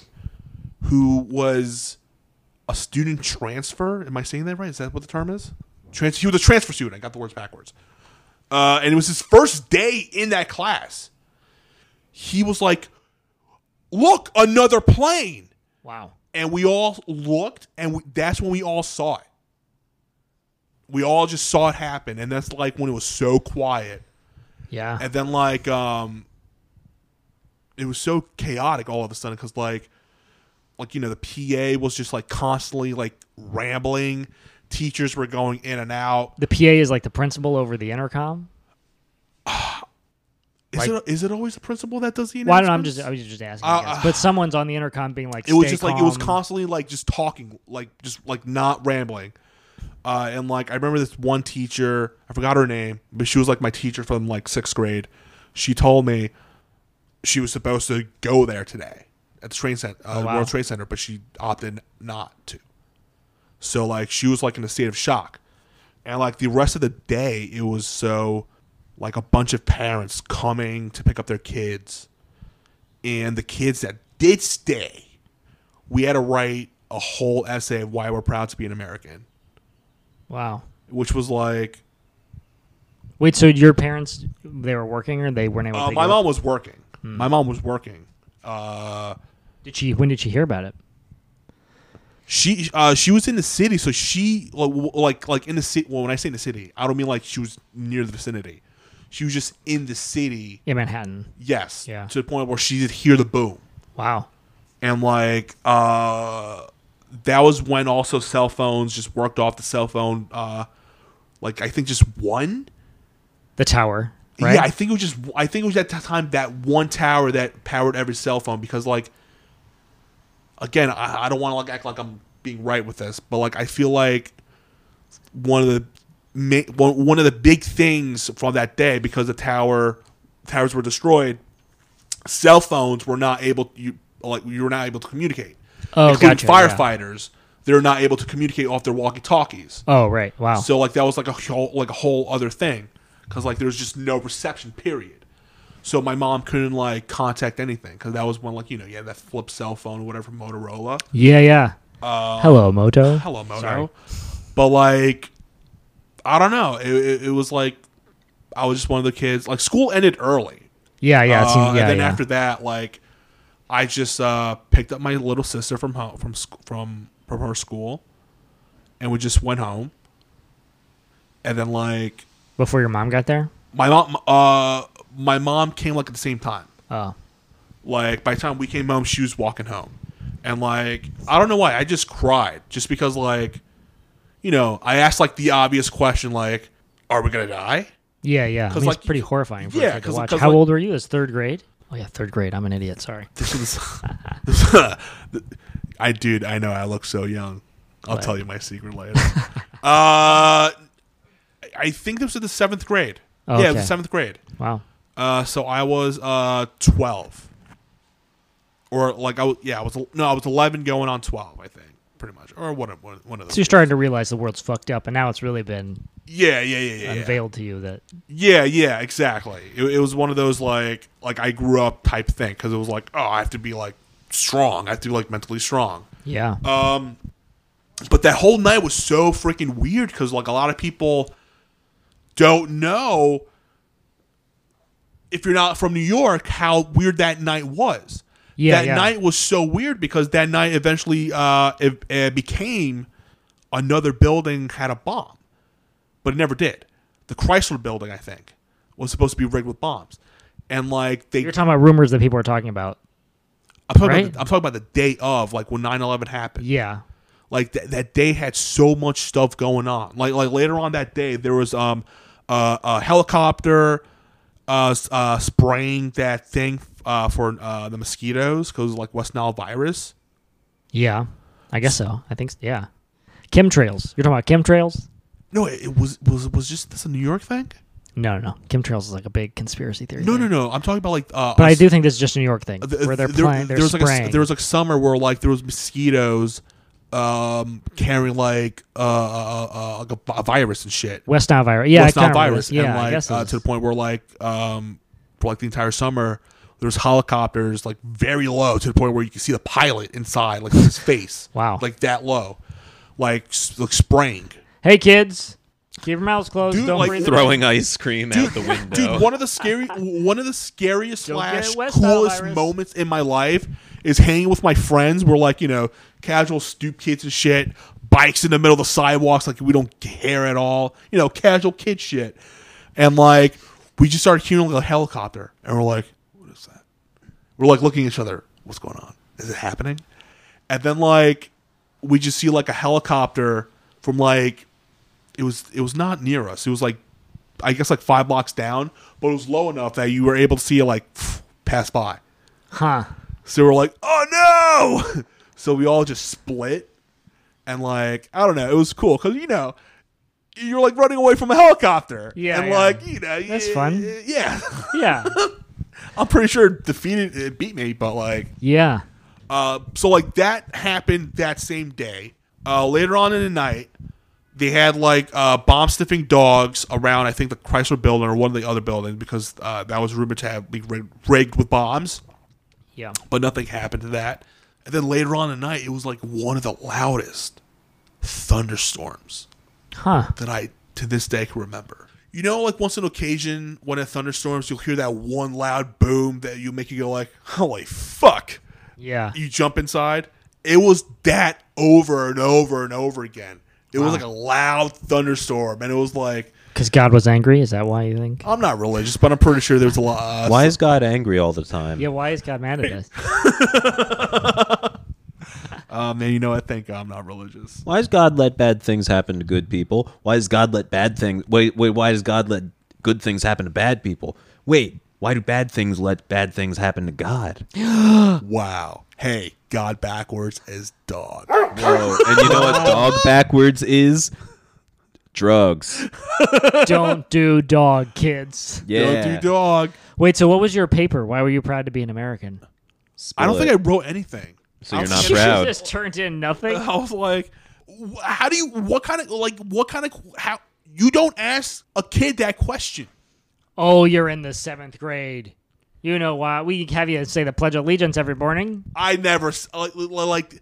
B: who was a student transfer. Am I saying that right? Is that what the term is? Trans- he was a transfer student. I got the words backwards uh, and it was his first day in that class. He was like, "Look, another plane!"
A: [laughs] Wow.
B: And we all looked, and we, that's when we all saw it. We all just saw it happen, and that's like when it was so quiet,
A: Yeah.
B: and then like um, it was so chaotic all of a sudden because like, like you know, the PA was just like constantly like rambling. Teachers were going in and out.
A: the PA is like the principal over the intercom.
B: Is
A: Like-
B: it is it always the principal that does the?
A: Well, I don't know. I'm
B: announcements?
A: just I was just asking. I
B: Uh,
A: guess. But someone's on the intercom being like,
B: it was
A: "Stay
B: just like it was
A: calm."
B: constantly like just talking like just like not rambling uh, and like i remember this one teacher i forgot her name but she was like my teacher from like sixth grade she told me she was supposed to go there today at the train center uh,
A: Oh, wow.
B: world trade center but she opted not to so like she was like in a state of shock and like the rest of the day it was so like a bunch of parents coming to pick up their kids and the kids that did stay we had to write a whole essay of why we're proud to be an American,
A: Wow.
B: which was like
A: Wait, so your parents they were working or they weren't able to
B: uh,
A: take
B: my
A: it? Hmm.
B: mom was working. My mom was working. Uh,
A: Did she when did she hear about it?
B: she uh, she was in the city, so she like w- like, like in the city. Well, when I say in the city, I don't mean like she was near the vicinity. She was just in the city.
A: In Manhattan.
B: Yes,
A: Yeah.
B: to the point where she did hear the boom.
A: Wow.
B: and like uh that was when also cell phones just worked off the cell phone uh like i think just one
A: The tower. Right?
B: yeah i think it was just i think it was at that time that one tower that powered every cell phone because like again i, I don't want to like act like i'm being right with this but like i feel like one of the ma- one one of the big things for that day because the tower towers were destroyed, cell phones were not able you like you were not able to communicate.
A: Oh,
B: including
A: gotcha, yeah.
B: firefighters, they're not able to communicate off their walkie-talkies.
A: Oh right. Wow.
B: So like that was like a whole like a whole other thing because like there was just no reception period. So my mom couldn't like contact anything because that was when like you know you had that flip cell phone or whatever Motorola.
A: yeah. Yeah.
B: Uh,
A: Hello, Moto.
B: Hello Moto, but like I don't know. It, it, it was like I was just one of the kids. Like school ended early,
A: Yeah. Yeah. it
B: Uh,
A: seemed- yeah.
B: and then
A: yeah.
B: after that, like I just uh, picked up my little sister from home from sc- from from her school, and we just went home. And then like
A: Before your mom got there.
B: my mom uh my mom came like at the same time
A: Oh.
B: like by the time we came home she was walking home and like i don't know why i just cried just because like you know i asked like the obvious question like are we gonna die
A: Yeah. Yeah. I mean,
B: like,
A: it's pretty horrifying. For a
B: yeah,
A: kid to
B: 'cause-
A: watch.
B: 'cause,
A: How
B: like-
A: old were you? It's third grade. Oh yeah, third grade. I'm an idiot. Sorry.
B: this was this- i dude i know i look so young i'll tell you my secret later [laughs] uh i think this was the seventh grade
A: Oh,
B: yeah it was
A: okay.
B: the seventh grade
A: Wow.
B: Uh, so I was uh twelve, or like I was yeah I was no I was eleven going on twelve I think pretty much or one of one, one of
A: So you're
B: those.
A: starting to realize the world's fucked up, and now it's really been
B: Yeah yeah yeah yeah yeah
A: unveiled to you that
B: yeah yeah exactly. It, it was one of those like like I grew up type thing because it was like oh I have to be like strong I have to be like mentally strong.
A: yeah.
B: Um, But that whole night was so freaking weird because like a lot of people don't know if you're not from New York how weird that night was.
A: Yeah,
B: that
A: yeah.
B: night was so weird because that night eventually uh, it, it became another building had a bomb, but it never did. The Chrysler Building, I think, was supposed to be rigged with bombs, and like they
A: you're talking about rumors that people are talking about.
B: I'm, talking
A: right?
B: about the, I'm talking about the day of like when 9/11 happened.
A: Yeah.
B: like th- that day had so much stuff going on like like later on that day there was um uh, a helicopter uh, s- uh spraying that thing uh for uh the mosquitoes because like west nile virus
A: Yeah. I guess so. I think s- yeah. Chemtrails. You're talking about chemtrails?
B: no it, it was was was just this a new york thing
A: No, no, no. Chemtrails is like a big conspiracy theory.
B: no
A: thing.
B: no no i'm talking about like uh
A: But I
B: us- Uh,
A: do think this is just a New York thing
B: th-
A: where they're
B: there-
A: playing. They're
B: there was like a, s-
A: spraying.
B: there was like summer where like there was mosquitoes um carrying like uh, uh, uh like a, vi- a virus and shit
A: West Nile virus. Yeah,
B: West
A: I
B: Nile
A: kinda remember
B: virus,
A: this. Yeah,
B: and
A: I
B: like
A: guess it
B: uh,
A: was-
B: to the point where like um for like the entire summer there was helicopters like very low to the point where you could see the pilot inside like his face.
A: Wow.
B: like that low, like s- like spraying.
A: hey kids, keep your mouths closed.
B: Dude,
A: don't
B: like,
A: breathe.
C: Throwing ice cream out the window.
B: Dude, one of the
A: [laughs]
B: scary, one of the scariest
A: Don't get it,
B: slash
A: West Nile
B: coolest
A: virus.
B: moments in my life is hanging with my friends. We're like you know casual stoop kids and shit, bikes in the middle of the sidewalks, like we don't care at all. You know, casual kid shit, and like we just started hearing like a helicopter, and we're like, what is that? We're like looking at each other. What's going on? Is it happening? And then like we just see like a helicopter from like it was it was not near us. It was like I guess like five blocks down, but it was low enough that you were able to see it like [sniffs] pass by.
A: Huh?
B: So we're like, oh no! [laughs] So we all just split, and like I don't know, it was cool because you know you're like running away from a helicopter.
A: Yeah,
B: and
A: yeah.
B: like you know
A: That's
B: y-
A: fun.
B: Yeah, [laughs]
A: Yeah.
B: I'm pretty sure it defeated it beat me, but like [laughs]
A: yeah.
B: uh, so like that happened that same day. Uh, later on in the night, they had like uh, bomb sniffing dogs around. I think the Chrysler Building or one of the other buildings because uh, that was rumored to have be rig- rigged with bombs,
A: Yeah.
B: but nothing happened to that. And then later on in the night, it was like one of the loudest thunderstorms
A: Huh?
B: that I to this day can remember. You know, like once an occasion when it thunderstorms, you'll hear that one loud boom that you make you go like, "Holy fuck!"
A: Yeah.
B: you jump inside. It was that over and over and over again. It was like a loud thunderstorm, and it was like
A: Because God was angry. Is that why you think?
B: I'm not religious, but I'm pretty sure there's a lot.
C: Why is God angry all the time?
A: Yeah. Why is God mad at
B: [laughs]
A: us?
B: Um, and you know, I think I'm not religious.
C: Why does God let bad things happen to good people? Why does God let bad things wait wait why does God let good things happen to bad people? Wait, why do bad things let bad things happen to God?
B: Wow. Hey, God backwards is dog.
C: [laughs] Whoa. And you know what dog backwards is? drugs.
A: Don't do dog, kids.
C: Yeah.
B: Don't do dog.
A: Wait, so what was your paper? Why were you proud to be an American?
B: I don't
C: Spill
B: think I
C: it.
B: wrote anything. [laughs]
C: So you're
B: I'll
C: not
B: see-
A: You [laughs]
C: proud.
A: just turned in nothing.
B: I was like, "Wh- how do you? What kind of like? What kind of how? You don't ask a kid that question.
A: Oh, you're in the seventh grade. You know why? We have you say the Pledge of Allegiance every morning.
B: I never s- like, like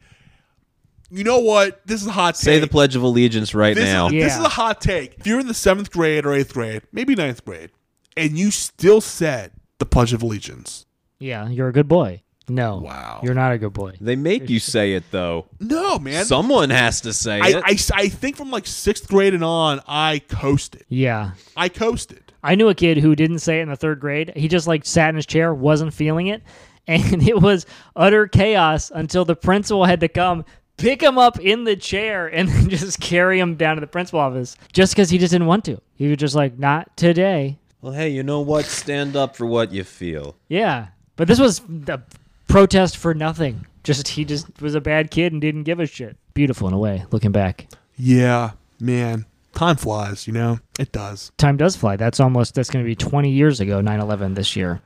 B: you know what? This is a hot.
C: Say the
B: take.
C: Pledge of Allegiance right
B: This,
C: now.
B: is, this
A: Yeah.
B: is a hot take. If you're in the seventh grade or eighth grade, maybe ninth grade, and you still said the Pledge of Allegiance,
A: Yeah, you're a good boy. No.
B: Wow.
A: You're not a good boy.
C: They make you say it though.
B: no, man.
C: Someone has to say
B: I,
C: it.
B: I, I think from like sixth grade and on, I coasted.
A: Yeah.
B: I coasted.
A: I knew a kid who didn't say it in the third grade. He just like sat in his chair, wasn't feeling it, [laughs] and it was utter chaos until the principal had to come pick him up in the chair and [laughs] then just carry him down to the principal office just because he just didn't want to. He was just like, not today.
C: well, hey, you know what? Stand up for what you feel.
A: Yeah. But this was the protest for nothing. Just he just was a bad kid and didn't give a shit. Beautiful in a way, looking back.
B: Yeah, man. Time flies, you know? It does.
A: Time does fly. That's almost that's going to be 20 years ago 9/11 this year.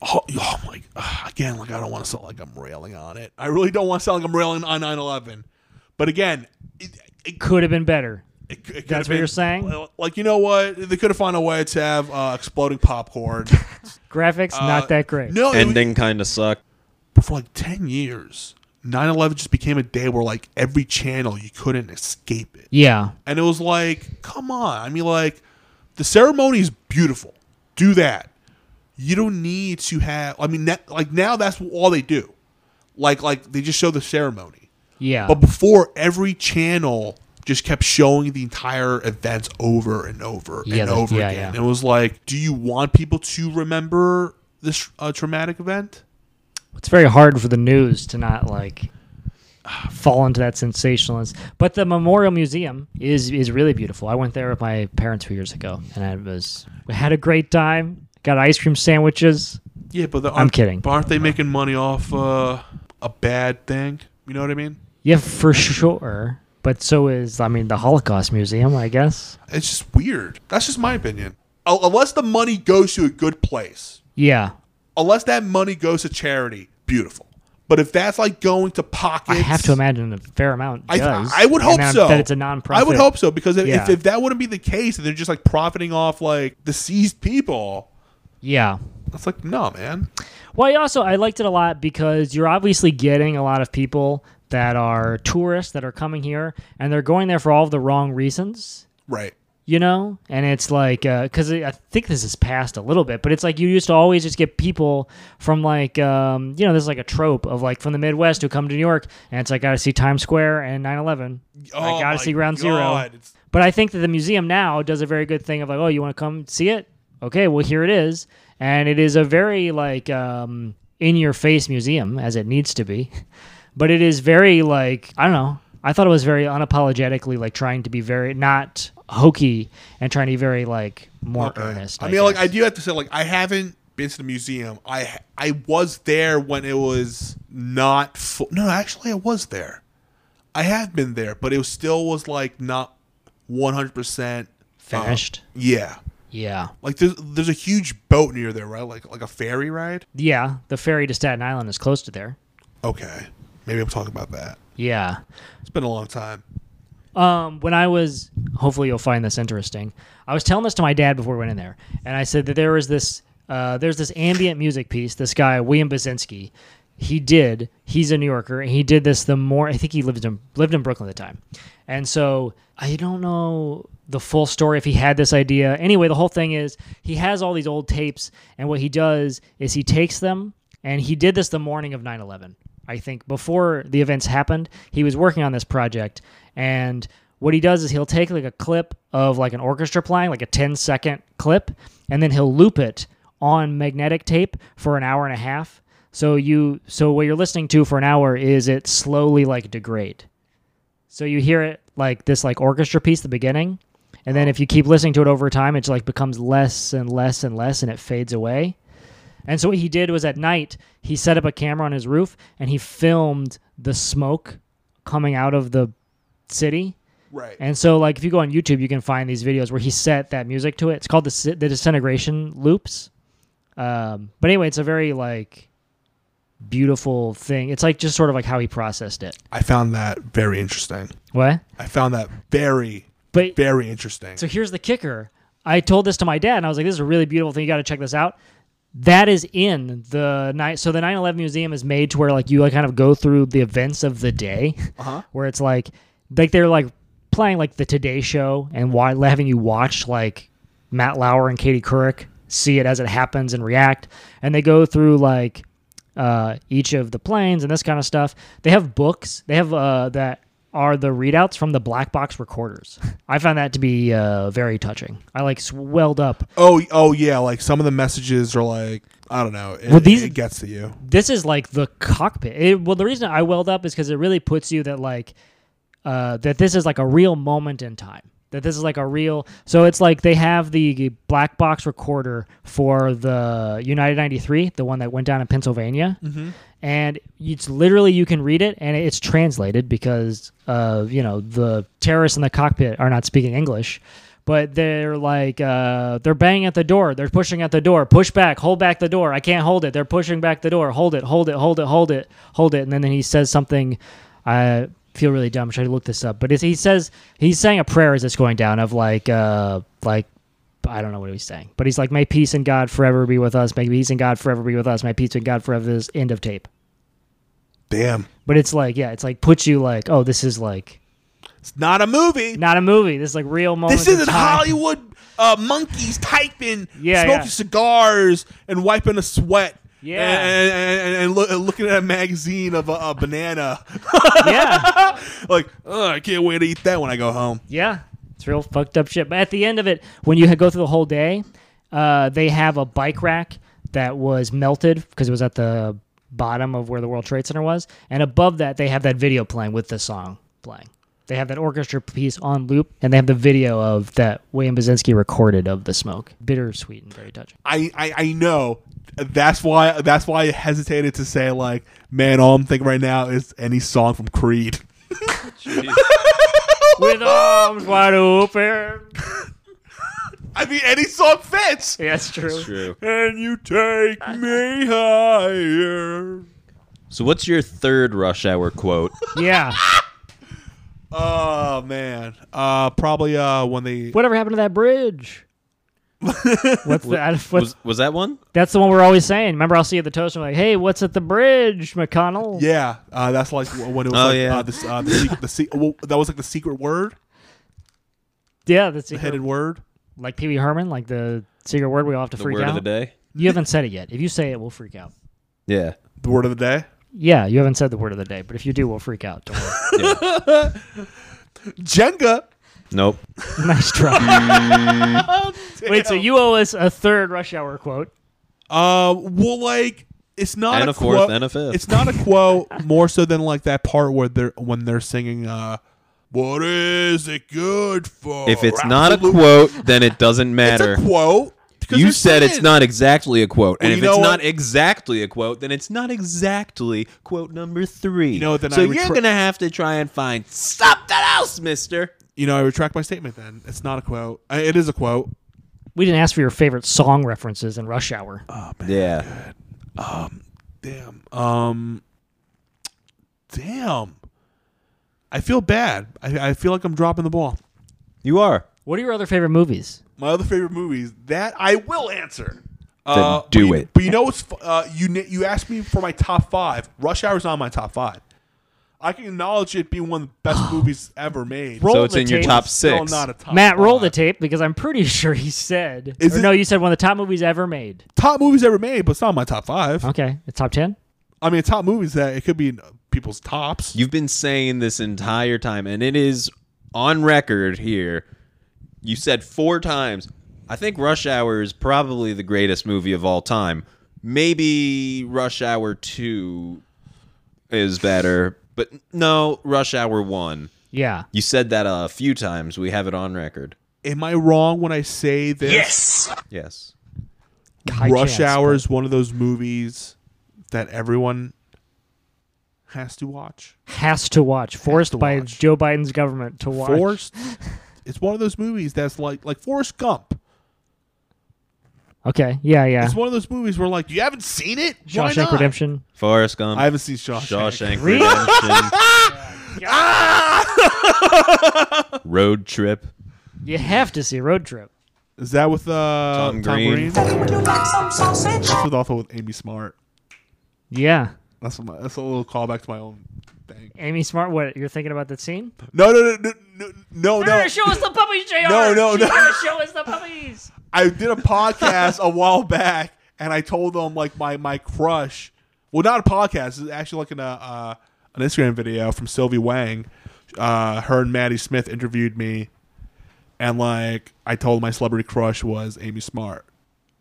B: Oh, oh my. ugh, again, like, I don't want to sound like I'm railing on it. I really don't want to sound like I'm railing on 9 11. But again, it, it,
A: Could have been better.
B: it, it could've
A: That's what
B: been-
A: you're saying?
B: Well, Like, you know what? They could have found a way to have uh, exploding
A: [laughs]
B: popcorn.
A: Graphics
B: Uh,
A: not that great.
B: No, it
C: Ending kind of sucked.
B: was- for like 10 years, 9 11 just became a day where, like, every channel you couldn't escape it.
A: Yeah.
B: And it was like, come on. I mean, like, the ceremony is beautiful. Do that. You don't need to have. I mean, that, like now that's all they do. Like, like they just show the ceremony.
A: Yeah.
B: But before, every channel just kept showing the entire events over and over
A: Yeah,
B: and
A: the-
B: over
A: yeah,
B: again.
A: yeah.
B: It was like, do you want people to remember this uh, traumatic event?
A: it's very hard for the news to not like fall into that sensationalist. But the Memorial Museum is is really beautiful. I went there with my parents two years ago, and I was we had a great time. Got ice cream sandwiches.
B: Yeah, but the,
A: I'm kidding.
B: But aren't they making money off uh, a bad thing? You know what I mean?
A: Yeah, for sure. But so is I mean the Holocaust Museum, I guess.
B: It's just weird. That's just my opinion. U- Unless the money goes to a good place,
A: Yeah.
B: unless that money goes to charity, beautiful. But if that's like going to pockets,
A: I have to imagine a fair amount
B: I,
A: does.
B: I would
A: and
B: hope
A: that-
B: so.
A: That it's a nonprofit.
B: I would hope so because if, if,
A: Yeah.
B: if that wouldn't be the case, and they're just like profiting off like the seized people,
A: Yeah.
B: that's like no, man.
A: Well, I also I liked it a lot because you're obviously getting a lot of people that are tourists that are coming here and they're going there for all of the wrong reasons,
B: Right.
A: you know. And it's like because I think this is past a little bit, but it's like you used to always just get people from like um, you know there's like a trope of like from the Midwest who come to New York and it's like I got to see Times Square and 9/11.
B: Oh
A: I got to
B: my
A: see Ground Zero.
B: God, it's-
A: But I think that the museum now does a very good thing of like, oh, you want to come see it? Okay, well here it is, and it is a very like um, in-your-face museum as it needs to be, [laughs] but it is very like I don't know. I thought it was very unapologetically like trying to be very not hokey and trying to be very like more
B: Okay.
A: earnest.
B: Uh, I, mean, like I
A: guess.
B: do have to say, like I haven't been to the museum. I I was there when it was not full. No, actually, I was there. I have been there, but it was still was like not one hundred percent um,
A: finished.
B: Yeah,
A: yeah,
B: like there's there's a huge boat near there, right? Like like a ferry ride.
A: yeah. The ferry to Staten Island is close to there.
B: Okay, maybe I'm talking about that.
A: Yeah.
B: It's been a long time.
A: um, when I was, hopefully you'll find this interesting. I was telling this to my dad before we went in there, and I said that there was this, uh, there's this ambient music piece. This guy William Basinski, he did. He's a New Yorker, and he did this. The more I think he lived in lived in Brooklyn at the time, and so I don't know the full story if he had this idea. Anyway, the whole thing is he has all these old tapes, and what he does is he takes them and he did this the morning of 9 11. I think before the events happened, he was working on this project. And what he does is he'll take like a clip of like an orchestra playing, like a 10 second clip, and then he'll loop it on magnetic tape for an hour and a half. So you so what you're listening to for an hour is it slowly like degrade. So you hear it like this like orchestra piece at the beginning, and then if you keep listening to it over time, it like becomes less and less and less and it fades away. And so what he did was at night he set up a camera on his roof and he filmed the smoke coming out of the city
B: Right.
A: And so, like, if you go on YouTube, you can find these videos where he set that music to it. It's called the Dis- the disintegration loops. Um, but anyway, it's a very like beautiful thing. It's like just sort of like how he processed it.
B: I found that very interesting.
A: What?
B: I found that very,
A: But
B: very interesting.
A: so here's the kicker. I told this to my dad, and I was like, "This is a really beautiful thing. You got to check this out." That is in the night. So the 9/11 museum is made to where like you like kind of go through the events of the day,
B: Uh-huh.
A: [laughs] where it's like like they're like playing like the Today Show and why having you watch like Matt Lauer and Katie Couric see it as it happens and react, and they go through like uh, each of the planes and this kind of stuff. They have books. They have uh, that are the readouts from the black box recorders. [laughs] I found that to be uh, very touching. I like swelled up.
B: Oh, oh yeah. Like some of the messages are like I don't know. It,
A: Well, these-
B: it gets to you.
A: This is like the cockpit. It, well, the reason I welled up is because it really puts you that like uh, that this is like a real moment in time. That this is like a real. So it's like they have the black box recorder for the United 93, the one that went down in Pennsylvania. And it's literally, you can read it and it's translated because, uh, you know, the terrorists in the cockpit are not speaking English. But they're like, uh, they're banging at the door. They're pushing at the door. Push back. Hold back the door. I can't hold it. They're pushing back the door. Hold it. Hold it. Hold it. Hold it. Hold it. And then he says something. I feel really dumb. Should I look this up? But it's, he says he's saying a prayer as it's going down of like uh like I don't know what he was saying, but he's like, "May peace and God forever be with us. May peace and God forever be with us. May peace and God forever." Is end of tape.
B: Damn.
A: But it's like, yeah, it's like puts you like, oh, this is like
B: It's not a movie.
A: not a movie. This is like real moments.
B: this isn't
A: in time.
B: Hollywood uh, monkeys typing,
A: Yeah,
B: smoking
A: yeah.
B: cigars, and wiping a sweat.
A: Yeah.
B: And, and, and, and loo- and looking at a magazine of a, a banana.
A: [laughs]
B: [laughs]
A: Yeah,
B: like, oh, I can't wait to eat that when I go home.
A: yeah, it's real fucked up shit. But at the end of it, when you go through the whole day, uh, they have a bike rack that was melted because it was at the bottom of where the World Trade Center was, and above that they have that video playing with the song playing. They have that orchestra piece on loop, and they have the video of that William Basinski recorded of the smoke. Bittersweet and very touching.
B: I, I, I know. That's why that's why I hesitated to say like, man, all I'm thinking right now is any song from Creed. [laughs]
A: [laughs] With uh, arms wide open.
B: I mean, any song fits.
A: Yeah, that's true.
C: True.
B: And you take me higher.
C: So what's your third rush
B: [laughs]
C: hour quote?
A: Yeah.
B: Oh man, uh, probably uh, when they
A: Whatever happened to that [laughs] bridge? What's the, what's,
C: was was that one?
A: that's the one we're always saying. Remember, I'll see you at the toast. I'm like, hey, what's at the bridge, McConnell?
B: Yeah, uh, that's like w- when it was
C: Oh,
B: like
C: yeah.
B: uh, this, uh, the, sec- the se- well, that was like the secret word,
A: yeah that's
B: the hidden word.
A: like Pee Wee Herman, like the secret word we all have to
C: The
A: freak
C: word
A: out.
C: of the day.
A: You haven't said it yet. If you say it, we'll freak out.
C: Yeah.
B: The word of the day.
A: Yeah, you haven't said the word of the day, but if you do, we'll freak out.
B: [laughs]
A: Don't worry.
B: Jenga.
C: Nope.
B: Oh,
A: nice try. Wait, so
B: Damn.
A: you owe us a third rush hour quote.
B: Uh, well, like it's not
C: And
B: a,
C: a fourth
B: quote-
C: and a fifth.
B: It's not a quote more so than like that part where they're when they're singing. Uh, what is it good for?
C: If it's not a
B: Absolute-
C: quote, then it doesn't
B: it's
C: matter.
B: a quote. 'cause
C: You
B: they're
C: said it's
B: singing.
C: not exactly a quote, and
B: Well,
C: if
B: you
C: it's
B: know
C: not
B: what?
C: exactly a quote, then it's not exactly quote number three.
B: know what, then
C: so
B: I
C: you're
B: retra-
C: gonna have to try and find something else, Mister.
B: You know, I retract my statement. Then it's not a quote. Uh, It is a quote.
A: We didn't ask for your favorite song references in rush hour.
C: Uh, Yeah,
B: Damn. Um. Damn. I feel bad. I, I feel like I'm dropping the ball.
C: you are.
A: What are your other favorite movies?
B: My other favorite movies that I will answer. Uh,
C: do
B: but you-
C: it.
B: But you know what's fu- uh, you ni- you asked me for my top five. Rush Hour's on my top five. I can acknowledge it being one of the
C: [gasps]
B: best movies ever made.
A: Roll
C: so it's
A: the
C: in your
A: tape.
C: top
B: It's still
C: six.
B: not a top
A: Matt, roll the
B: five.
A: tape because I'm pretty [laughs] sure he said.
B: Is
A: or
B: it-
A: no, you said one of the top movies ever made.
B: top movies ever made, but it's not my top five.
A: Okay, the top ten.
B: I mean, top movies that it could be in people's tops.
C: You've been saying this entire time, and it is on record here. You said four times. I think Rush Hour is probably the greatest movie of all time. Maybe Rush Hour 2 is better, but no, Rush Hour 1.
A: Yeah,
C: You said that a few times. We have it on record.
B: Am I wrong when I say this?
C: Yes.
A: High
B: Rush
A: chance,
B: Hour is one of those movies that everyone has to watch.
A: Has to watch. Forced
B: to
A: by
B: watch.
A: Joe Biden's government to watch.
B: Forrest. it's one of those movies that's like like Forrest Gump.
A: Okay. Yeah, yeah.
B: It's one of those movies where like you haven't seen it. Why
A: Shawshank
B: not?
A: Redemption.
C: Forrest Gump.
B: I haven't seen Shawshank.
C: Shawshank
A: Really?
B: [laughs]
C: Redemption.
B: Ah!
C: Road Trip.
A: You have to see Road Trip.
B: Is that with uh, Tom,
C: Tom Green.
B: Green?
D: Would you like some sausage?
B: That's with also with Amy Smart.
A: Yeah.
B: That's my, that's a little callback to my own thing.
A: Amy Smart, what you're thinking about that scene?
B: No, no, no, no, no, no. no.
A: show us the puppies, Jr.
B: No, no, She's no. gonna
A: show us the puppies.
B: I did a podcast a while back, and I told them like my my crush. Well, not a podcast. It's actually like an uh, uh, an Instagram video from Sylvie Wang. Uh, her and Maddie Smith interviewed me, and like I told them my celebrity crush was Amy Smart.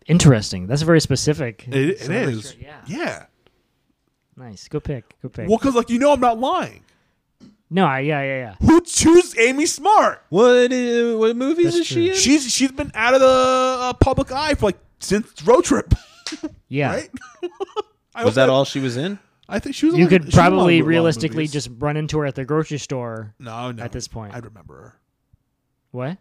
A: Interesting. That's very specific.
B: It, it
A: Celebrity
B: is,
A: shirt, Yeah.
B: yeah.
A: Nice. Good pick. Good pick.
B: Well, because like you know, I'm not lying.
A: No, I, yeah, yeah, yeah.
B: Who choose Amy Smart?
C: What, i- what movies
A: That's
C: is she
A: true.
C: in?
B: She's she's been out of the uh, public eye for like since Road Trip, [laughs]
A: Yeah.
B: right? I hope
C: was that all she was in?
B: I think she was. in,
A: You
B: like,
A: could
B: she was in a lot of- a lot
A: probably
B: of
A: realistically
B: movies.
A: just run into her at the grocery store.
B: no, no
A: at this point.
B: I'd remember her.
A: What?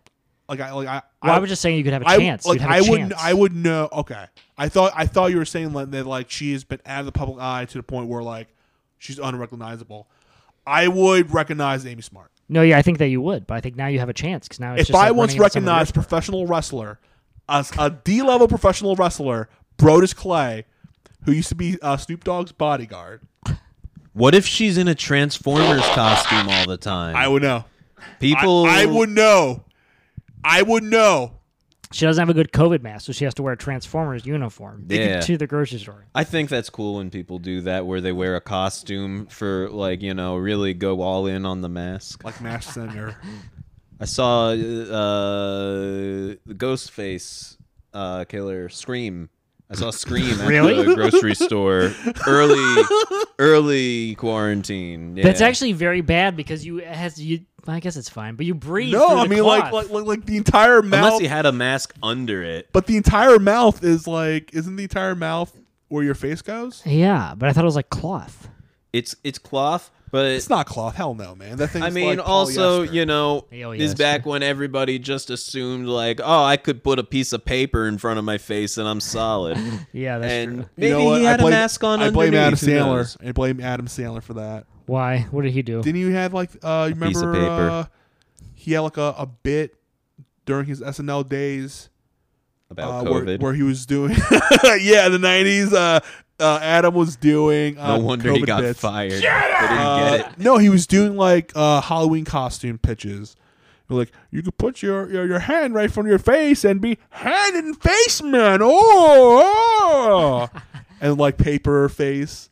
B: Like I like I.
A: Well, I,
B: I
A: was just saying you could have a
B: I-
A: chance.
B: like
A: You'd have a
B: I
A: chance.
B: wouldn't. I would know. Okay, I thought I thought you were saying like, that like she has been out of the public eye to the point where like she's unrecognizable. I would recognize Amy Smart
A: No, yeah, I think that you would, but I think now you have a chance because now it's
B: if
A: just
B: I
A: like
B: once
A: running into someone
B: recognized
A: who-
B: professional wrestler, as a D level professional wrestler, Brodus Clay, who used to be uh, Snoop Dogg's bodyguard.
C: What if she's in a Transformers costume all the time?
B: I would know.
C: People.
B: I, I would know. I would know.
A: She doesn't have a good COVID mask, so she has to wear a Transformers uniform to-
C: Yeah.
A: to the grocery store.
C: I think that's cool when people do that, where they wear a costume for like you know really go all in on the mask.
B: Like
A: [laughs]
B: Mash Singer.
C: I saw uh, the Ghostface uh, killer Scream. I saw Scream at
A: Really?
C: the grocery store early, early quarantine. Yeah.
A: That's actually very bad because you it has you. I guess it's fine, but you breathe.
B: no,
A: through
B: I
A: the
B: mean like,
A: cloth.
B: like like like the entire
C: unless
B: mouth.
C: he had a mask under it.
B: but the entire mouth is like isn't the entire mouth where your face goes?
A: yeah, but I thought it was like cloth.
C: It's it's cloth, but
B: It's not cloth. Hell no, man. That thing.
C: I mean, also, you know,
A: Oh,
C: this
A: yes.
C: back when everybody just assumed, like, oh, I could put a piece of paper in front of my face and I'm solid.
A: Yeah, [laughs] that's
C: and
A: true.
C: maybe he had a mask on
B: I blame Adam
C: underneath, who knows?
B: Sandler. I blame Adam Sandler for that.
A: Why? What did he do?
B: Didn't you have like uh you
C: piece of
B: remember
C: paper.
B: uh he had like a, a bit during his SNL days
C: About
B: uh, where,
C: Oh, COVID.
B: where he was doing [laughs] yeah, in the 90s uh, uh Adam was doing uh,
C: no wonder he
B: COVID
C: got
B: bits.
C: fired. They didn't
B: Uh,
C: get it.
B: No, he was doing like uh Halloween costume pitches. They're Like you could put your, your your hand right from your face and be hand and face man. Oh, oh. and like paper face.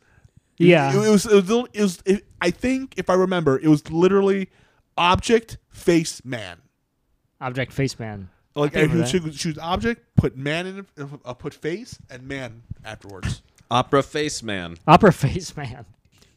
A: yeah,
B: It, it was. It was. lit- It was it, I think if I remember, it was literally object face man.
A: object face man.
B: Like
A: I remember
B: if you choose, choose object, put man in, it, uh, put face and man afterwards.
C: Opera face man.
A: Opera [laughs] face man.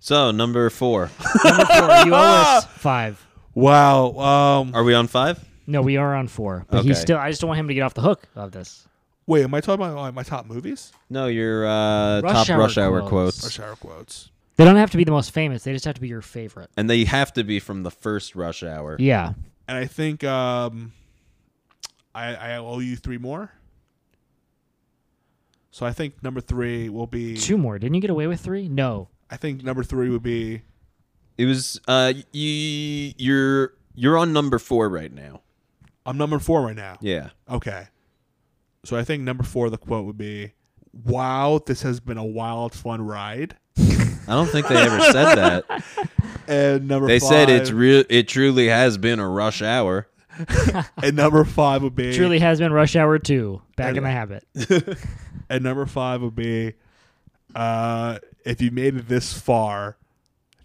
C: So, number four.
A: Number four, you owe us five.
B: wow. Um.
C: Are we on five?
A: No, we are on four, but
C: Okay.
A: he's still. I just don't want him to get off the hook of this.
B: Wait. Am I talking about my, my top movies
C: No, your uh,
A: Rush
C: top
A: hour
C: rush hour
A: quotes.
C: quotes.
B: or shower quotes?
A: They don't have to be the most famous. They just have to be your favorite.
C: And they have to be from the first rush hour.
A: Yeah.
B: And I think um, I I owe you three more. So I think number three will be.
A: Two more. Didn't you get away with three? No.
B: I think number three would be.
C: It was uh, you. You're you're on number four right now.
B: I'm number four right now.
C: Yeah.
B: Okay. So I think number four, the quote would be, "Wow, this has been a wild, fun ride."
C: I don't think they ever said that.
B: And number
C: They
B: five,
C: said it's real. It truly has been a rush hour.
B: and number five would be
A: Truly has been rush hour two. Back in the
B: Yeah.
A: habit.
B: and number five would be, uh, "If you made it this far,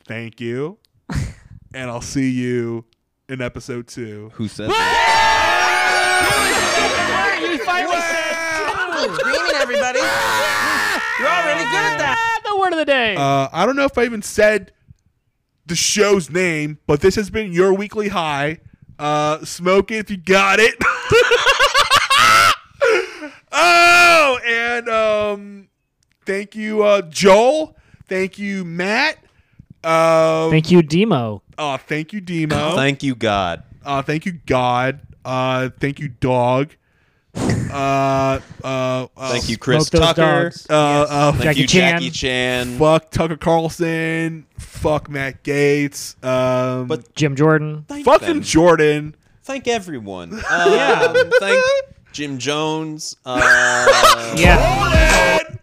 B: thank
C: [laughs]
B: you, and I'll see you in episode two.
C: Who said that?
D: Keep screaming, everybody. You're all really good at that.
A: Ah, the word of the day.
B: Uh, I don't know if I even said the show's name, but this has been your weekly high. Uh, smoke it if you got it. [laughs] oh, and um, thank you, uh, Joel. Thank you, Matt. Uh,
A: Thank you, Demo.
B: uh, thank you, Demo.
C: Thank you, God.
B: Uh, thank you, God. Uh, thank you, dog. Uh, uh, uh,
C: Thank you, Chris
A: Smoke those
C: Tucker.
A: dogs.
B: Uh, uh,
C: Thank
A: Jackie
C: you, Jackie Chan.
B: fuck Tucker Carlson. Fuck Matt Gates. Um,
C: But
A: Jim Jordan.
C: Thank
B: fucking
C: them.
B: Jordan.
C: Thank everyone. Um, Thank Jim Jones.
A: [laughs]
C: Uh,
A: Yeah.
B: Jordan!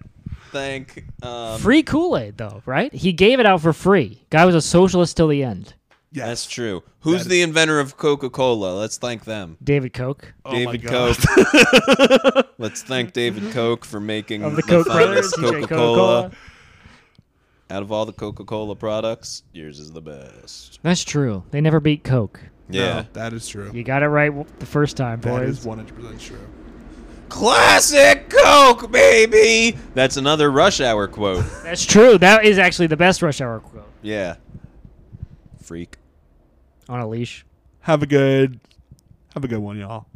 C: Thank. Um,
A: Free Kool Aid, though, right? He gave it out for free. Guy was a socialist till the end.
B: Yes.
C: That's true. Who's the inventor of Coca Cola? Let's thank them.
A: David Koch.
B: Oh my
C: David
B: God.
C: Koch.
A: [laughs]
C: Let's thank David Koch for making
A: Of the Koch brothers,
C: finest
A: Coca
C: Coca-Cola.
A: Cola.
C: Out of all the Coca-Cola products, yours is the best.
A: That's true. They never beat Coke.
C: Yeah.
B: No, that is true.
A: You got it right w- the first time,
B: That
A: boys.
B: is 100% true.
C: Classic Coke, baby. That's another rush hour quote.
A: That's true. That is actually the best rush hour quote
C: Yeah. Freak.
A: on a leash.
B: Have a good, have a good one, y'all.